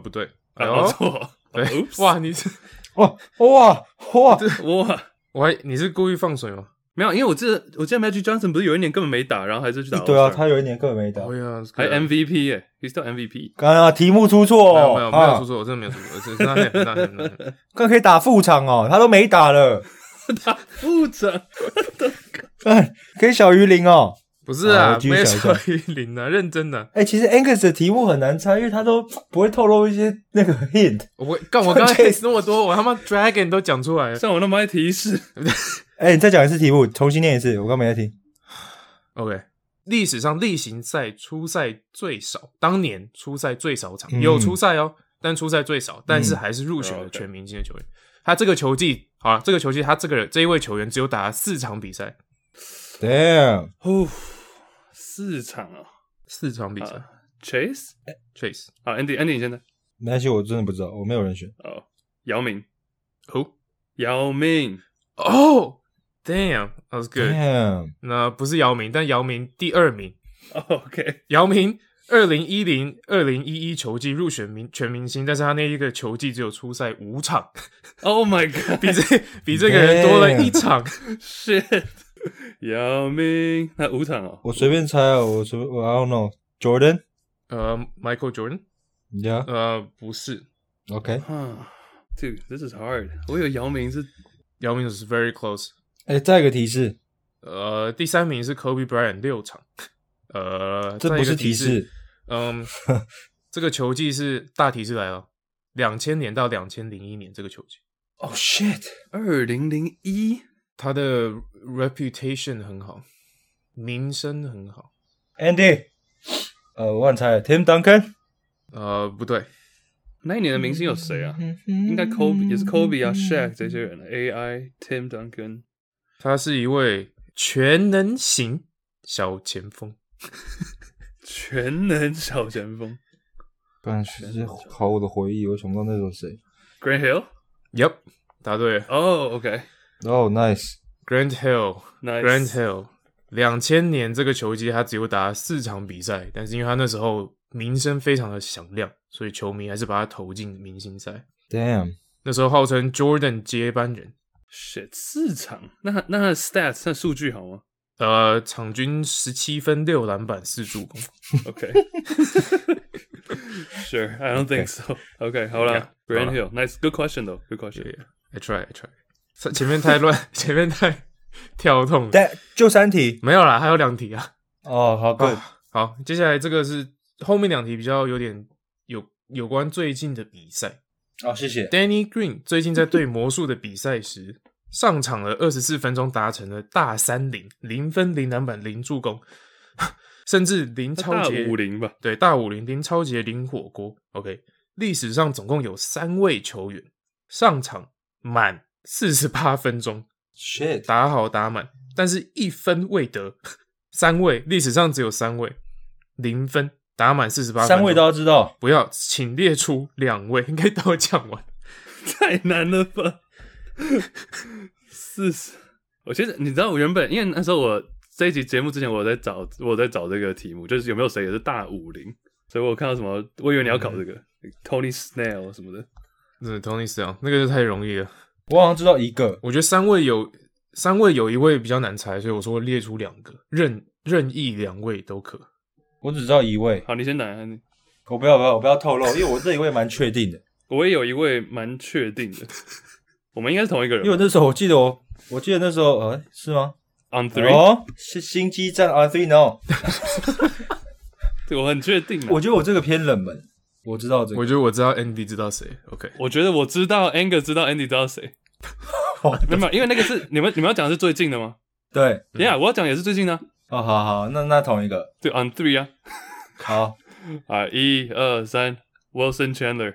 Speaker 4: 不对，哎
Speaker 2: 搞
Speaker 4: 呦，
Speaker 2: 错，哦
Speaker 4: 对，
Speaker 2: Oops
Speaker 4: 哇，你是
Speaker 3: 哇哇哇！
Speaker 2: 哇，
Speaker 4: 我还你是故意放水哦吗？
Speaker 2: 没有，因为我记得我记得 Magic Johnson 不是有一年根本没打，然后还是去打 All-Star。
Speaker 3: 对啊，他有一年根本没打。
Speaker 4: 哦呀，
Speaker 2: 还 MVP 耶、h e s still MVP。
Speaker 3: 刚刚题目出错
Speaker 4: 没
Speaker 3: 哦，
Speaker 4: 有没有没有
Speaker 3: 啊
Speaker 4: 出错，我真的没有出错，我真的是那那那那那
Speaker 3: 刚可以打副场哦，他都没打了，
Speaker 2: 打部长，
Speaker 3: 看可以小于零哦。
Speaker 4: 不是啊
Speaker 3: 好，继续
Speaker 4: 没有
Speaker 3: 想一下
Speaker 4: 小于零啊， 认真的。
Speaker 3: 哎、其实 Angus 的题目很难猜，因为他都不会透露一些那个 hint。
Speaker 4: 我干，我刚才那么多，我他妈 Dragon 都讲出来了。
Speaker 2: 像我那么爱提示，
Speaker 3: 哎、你再讲一次题目，重新念一次，我刚没在听。
Speaker 4: OK，历史上例行赛出赛最少，当年出赛最少场、
Speaker 3: 嗯
Speaker 4: 也有出赛哦，但出赛最少，但是还是入选
Speaker 2: 哦
Speaker 4: 了
Speaker 2: ，OK
Speaker 4: 全明星的球员。他这个球季，好啊了，这个球季他这个人这一位球员只有打了四场比赛，
Speaker 3: Damn，
Speaker 2: 哦，四场啊
Speaker 4: 四场比
Speaker 3: 啊
Speaker 4: 赛。
Speaker 2: ，Chase，
Speaker 4: Chase，
Speaker 2: 好，Andy，Andy 你现在
Speaker 3: 没关系，我真的不知道，我没有人选。
Speaker 2: 哦，姚明，
Speaker 4: 哦
Speaker 2: 姚明，
Speaker 4: 哦，Damn，that was good。
Speaker 3: Damn，
Speaker 4: 那不是姚明，但姚明第二名。
Speaker 2: 哦 OK，
Speaker 4: 姚明二零一零、二零一一球季入选明全明星，但是他那一个球季只有出赛五场，
Speaker 2: Oh my god！
Speaker 4: 比这比这个人多了一场。
Speaker 2: shit！姚明，那五场哦，
Speaker 3: 我随便猜啊，我随我 I don't know，Jordan，
Speaker 4: 呃，Michael Jordan，
Speaker 3: yeah，OK，、
Speaker 4: 呃，不是，
Speaker 3: OK
Speaker 2: 啊，Dude，this is hard。我有姚明是
Speaker 4: 姚明是 very close。
Speaker 3: 哎、再一个提示，
Speaker 4: 呃，第三名是 Kobe Bryant 六场。呃，
Speaker 3: 这
Speaker 4: 再一
Speaker 3: 不
Speaker 4: 个
Speaker 3: 是提
Speaker 4: 示
Speaker 3: 示。
Speaker 4: 嗯，这个球季是大提示来了，两千年到两千零一年这个球季，
Speaker 3: 哦 shit，
Speaker 2: 二零零一，
Speaker 4: 他的 reputation 很好，名声很好。
Speaker 3: Andy，呃，我忘猜了，Tim Duncan，
Speaker 4: 呃，不对，
Speaker 2: 那一年的明星有谁啊？应该 Kobe 也是 Kobe 啊，Shaq 这些人啊，AI Tim Duncan。
Speaker 4: 他是一位全能型小前锋。
Speaker 2: 全能小前锋
Speaker 3: 刚才是考我的回忆，我想不到那时候谁。
Speaker 2: ，Grant Hill。
Speaker 4: Yep，答对了
Speaker 2: 哦，OK，
Speaker 3: 哦、n i c e
Speaker 4: ，Grant Hill。
Speaker 2: 那
Speaker 4: Grant Hill，两千年这个球季他只有打四场比赛，但是因为他那时候名声非常的响亮，所以球迷还是把他投进明星赛。
Speaker 3: Damn，
Speaker 4: 那时候号称 Jordan 接班人，
Speaker 2: shit 四场，那他那他的 stats 那数据好吗
Speaker 4: 呃，场均十七分、六篮板、四助攻。
Speaker 2: ？OK，sure，I don't think so。OK，好了
Speaker 4: Yeah，
Speaker 2: ，Grant
Speaker 4: 好
Speaker 2: Hill，nice，good question though，good question。
Speaker 4: I try, I try。前 面太乱，前面太跳痛了。
Speaker 3: 但就三题
Speaker 4: 没有啦，还有两题啊。
Speaker 3: 哦，好，good，
Speaker 4: 啊好，接下来这个是后面两题比较有点有有关最近的比赛。
Speaker 3: 好，哦谢谢。
Speaker 4: Danny Green 最近在对魔术的比赛时，上场了二十四分钟，达成了大三零，零分、零篮板、零助攻， 甚至零
Speaker 2: 他
Speaker 4: 超
Speaker 2: 大
Speaker 4: 节
Speaker 2: 五零吧，
Speaker 4: 对大五零零超节零火锅。OK，历史上总共有三位球员上场满四十八分钟，
Speaker 3: Shit，
Speaker 4: 打好打满，但是一分未得，三位历史上只有三位零分打满四十八，
Speaker 3: 三位都要知道。
Speaker 4: 不要，请列出两位，应该都有讲完。
Speaker 2: 太难了吧？四十，我其实你知道，我原本因为那时候我这一集节目之前，我在找我在找这个题目，就是有没有谁也是大五零，所以我有看到什么，我以为你要考这个、Tony Snell 什么的。
Speaker 4: 嗯，Tony s t l 那个就太容易了。
Speaker 3: 我好像知道一个，
Speaker 4: 我觉得三位有三位有一位比较难猜，所以我说列出两个，任任意两位都可。
Speaker 3: 我只知道一位。
Speaker 2: 好，你先来，你
Speaker 3: 我不要，不要，我不要透露，因为我这一位蛮确定的。
Speaker 2: 我也有一位蛮确定 的，我们应该是同一个人
Speaker 3: 因为
Speaker 2: 吧。
Speaker 3: 我那时候我记得我，我记得那时候，呃，是吗？
Speaker 2: On three，、
Speaker 3: 哦，是星际战 R three no。
Speaker 2: 对我很确定啊。
Speaker 3: 我觉得我这个偏冷门，我知道这
Speaker 4: 我
Speaker 3: 个。
Speaker 4: 觉得我知道 Andy 知道谁，OK，
Speaker 2: 我觉得我知道 Anger 知道 Andy 知道 谁，没有没有，因为那个是你们你们要讲的是最近的吗
Speaker 3: 对，
Speaker 2: ？Yeah，我要讲也是最近的啊、
Speaker 3: 哦，好好，那那同一个，
Speaker 2: 对，On three 啊。
Speaker 3: 好，
Speaker 2: 啊，一二三，Wilson Chandler，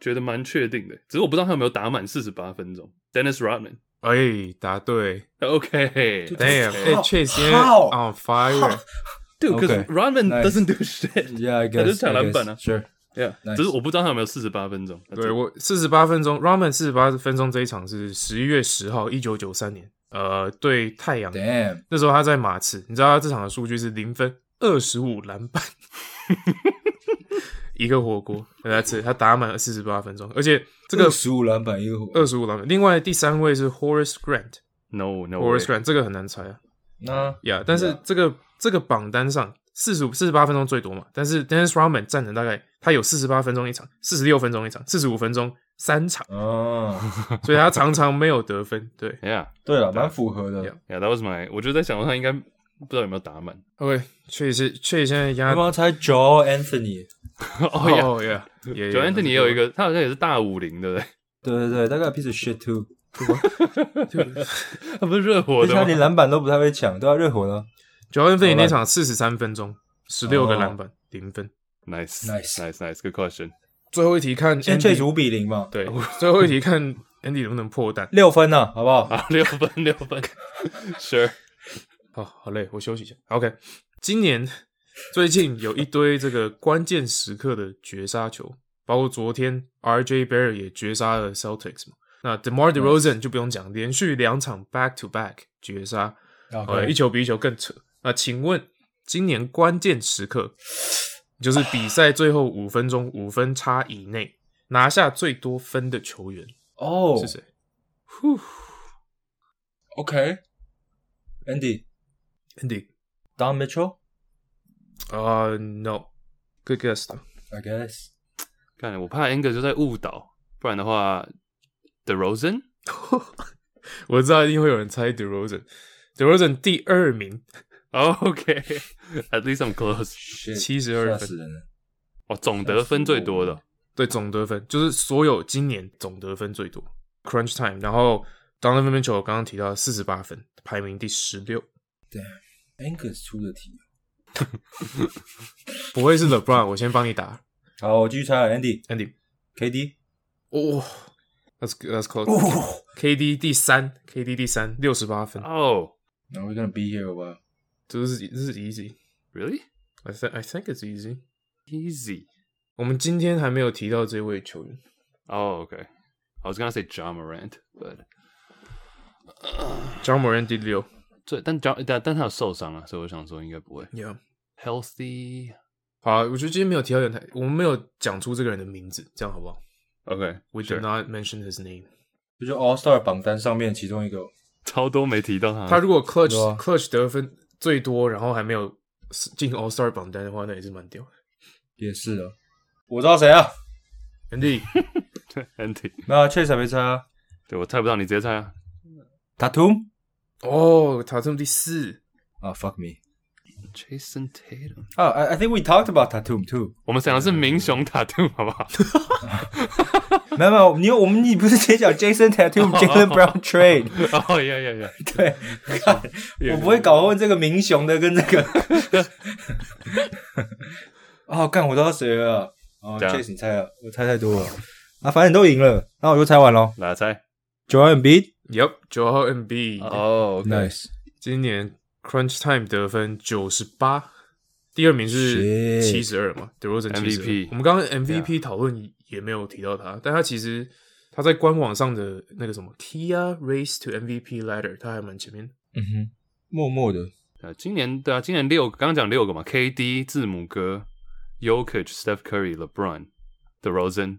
Speaker 2: 觉得蛮确定的，只是我不知道他有没有打满四十八分钟。Dennis Rodman，
Speaker 4: 哎，答对
Speaker 2: Okay.
Speaker 4: ，Damn，哎
Speaker 3: 好
Speaker 4: ，Chase 今天
Speaker 3: 好
Speaker 4: on fire，
Speaker 2: Dude, because
Speaker 3: Okay.
Speaker 2: Rodman
Speaker 3: Nice.
Speaker 2: doesn't do shit.
Speaker 3: Yeah, I guess.
Speaker 2: 他就是抢
Speaker 3: I
Speaker 2: 篮
Speaker 3: guess.
Speaker 2: 板啊
Speaker 3: Sure.
Speaker 2: Yeah，
Speaker 3: Nice.
Speaker 2: 只是我不知道他有没有四十八分钟。
Speaker 4: 对我四十八分钟，Ramen 四十八分钟这一场是十一月十号，一九九三年，呃，对太阳，
Speaker 3: Damn.
Speaker 4: 那时候他在马刺，你知道他这场的数据是零分、二十五篮板， 一个火锅，来吃，他打满了四十八分钟，而且这个呃
Speaker 3: 十五篮板一个火
Speaker 4: 二十五篮板，另外第三位是 Horace Grant，Horace
Speaker 2: No, no way.
Speaker 4: Grant 这个很难猜啊，
Speaker 3: 那
Speaker 4: 呀、但是
Speaker 3: Yeah
Speaker 4: 这个这个榜单上四十五四十八分钟最多嘛，但是 Dennis Rodman 占了大概他有四十八分钟一场，四十六分钟一场，四十五分钟三场，
Speaker 3: 哦，
Speaker 4: 所以他常常没有得分。对
Speaker 2: Yeah,
Speaker 3: 对了，蛮符合的。
Speaker 4: Yeah
Speaker 2: yeah, that was my. 我就在想，他应该不知道有没有打满。
Speaker 4: ，OK，确实确实现在压
Speaker 3: 要不要猜 Joel Anthony？
Speaker 2: 哦呀
Speaker 4: 哦呀，也
Speaker 2: j o a n t h n 也有一个，他好像也是大五零，对不 对？
Speaker 3: 对对对，大概 piece of shit too。
Speaker 2: 他不是热火
Speaker 3: 而且
Speaker 2: 的
Speaker 3: 他连
Speaker 2: 吗？
Speaker 3: 篮板都不太会抢，对啊，热火呢
Speaker 4: Joel Anthony
Speaker 3: 好吧
Speaker 4: 那场四十三分钟，十六个
Speaker 3: 哦
Speaker 4: 篮板，零分。
Speaker 2: Nice,
Speaker 3: Nice
Speaker 2: nice, nice. Good question.
Speaker 4: 最后一题看
Speaker 3: 现在
Speaker 4: Andy，
Speaker 3: Chase 五比零嘛，
Speaker 4: 对，最后一题看 Andy 能不能破蛋。
Speaker 3: 六分呢，好不好？
Speaker 2: 啊， 六分，六分。Sure.
Speaker 4: 好哦好累，我休息一下。OK，今年 最近有一堆这个关键时刻的绝杀球，包括昨天 RJ Barrett 也绝杀了 Celtics 嘛。那 DeMar DeRozan 就不用讲，连续两场 back to back 绝杀，呃，一球比一球更扯。那请问今年关键时刻，就是比赛最后五分钟五分差以内拿下最多分的球员
Speaker 3: 哦
Speaker 4: 是谁？
Speaker 3: ，OK，Andy，Don
Speaker 4: Andy？
Speaker 3: Mitchell，I
Speaker 4: 啊、n o g o o d guess。
Speaker 3: guess。
Speaker 2: 看，我怕 Angus 就在误导，不然的话，The Rosen
Speaker 4: 我知道一定会有人猜 DeRozan。DeRozan 第二名，
Speaker 2: 哦。OK, at least I'm close.
Speaker 4: 72分
Speaker 3: 吓死人了。
Speaker 2: 哦，总得分最多的。
Speaker 4: 对总得分就是所有今年总得分最多。Crunch time，然后 Donovan Mitchell 刚刚提到四十八分，排名第十六，
Speaker 3: Angus 出的题，
Speaker 4: 不会是 LeBron？我先帮你打
Speaker 3: 好，我继续猜啊了，Andy，KD，
Speaker 4: ，Andy。哦、t h a t s that's close、
Speaker 3: 哦
Speaker 4: KD 第三，KD 第三，六十八分，
Speaker 2: 哦
Speaker 3: ，Now we're gonna be here 吧
Speaker 4: 这是这是 easy。
Speaker 2: ，Really?
Speaker 4: I think I think it's easy。
Speaker 2: Easy.
Speaker 4: 我们今天还没有提到这位球员，
Speaker 2: Oh, okay. I was gonna say John Morant, but
Speaker 4: 张某人第六。
Speaker 2: 这但 John 但但他有受伤啊，所以我想说应该不会
Speaker 4: Yeah。
Speaker 2: healthy。
Speaker 4: 好，啊我觉得今天没有提到人太，我们没有讲出这个人的名字，这样好不好
Speaker 2: OK，
Speaker 4: ？We did not mention his name。
Speaker 3: 这就 All Star 榜单上面其中一个。
Speaker 2: 超多没提到他，
Speaker 4: 他如果 clutch、
Speaker 3: 对啊
Speaker 4: clutch 得分最多，然后还没有进 All Star 榜单的话，那也是蛮屌的。
Speaker 3: 也是啊，我知道谁啊？
Speaker 4: Andy，
Speaker 2: Andy，
Speaker 3: 那 Chase 还没猜啊
Speaker 2: 对我猜不到，你直接猜啊。
Speaker 3: ？Tatum
Speaker 4: 哦，塔特第四，
Speaker 3: 啊，fuck me
Speaker 2: Jason Tatum，
Speaker 3: 啊，I I think we talked about Tatum too
Speaker 2: 我们想的是明雄塔图，好不好？
Speaker 3: 没有没有，你我们你不是先讲 Jason Tatum、Jalen Brown trade？
Speaker 2: 哦呀呀呀，
Speaker 3: 对，看我不会搞混这个明雄的跟这个。哦，干，我知道谁了。哦
Speaker 2: 这样
Speaker 3: ，Chase 你猜了，我猜太多了。啊，反正你都赢了，那我就猜完喽。
Speaker 2: 来猜。
Speaker 3: Joel Embiid，
Speaker 4: Yep，九号 NB，、
Speaker 2: 哦
Speaker 3: Nice，
Speaker 4: 今年 crunch time 得分九十八，第二名是
Speaker 3: Shit
Speaker 4: 七十二嘛 d e r o z a n
Speaker 2: MVP
Speaker 4: 我们刚刚 MVP 讨论也没有提到他，但他其实他在官网上的那个什么 Kia Race to MVP Ladder，他还蛮前面的。
Speaker 3: 嗯哼，默默的。
Speaker 2: 呃，今年对啊，今年六个，刚刚讲六个嘛，KD、字母哥、Jokic、Steph Curry、LeBron、The Rosen，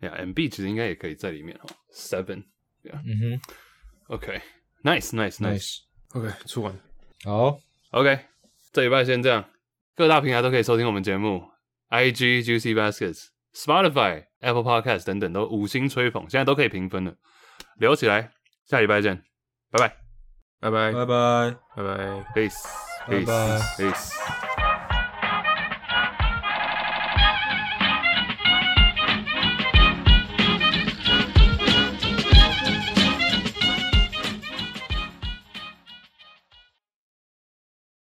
Speaker 2: 哎呀，MB 其实应该也可以在里面哦。Seven，
Speaker 3: 嗯哼
Speaker 2: OK，Nice，Nice，Nice、
Speaker 3: ，Nice。
Speaker 4: OK，出完。
Speaker 3: 好，
Speaker 2: OK，这礼拜先这样。各大平台都可以收听我们节目，IG Juicy Baskets、Spotify、Apple Podcast 等等都五星吹捧，现在都可以评分了，留起来，下礼拜见，拜拜
Speaker 4: 拜拜，
Speaker 3: 拜拜。
Speaker 4: 拜拜。
Speaker 2: ，Peace，Peace，Peace。
Speaker 3: 拜拜
Speaker 2: Peace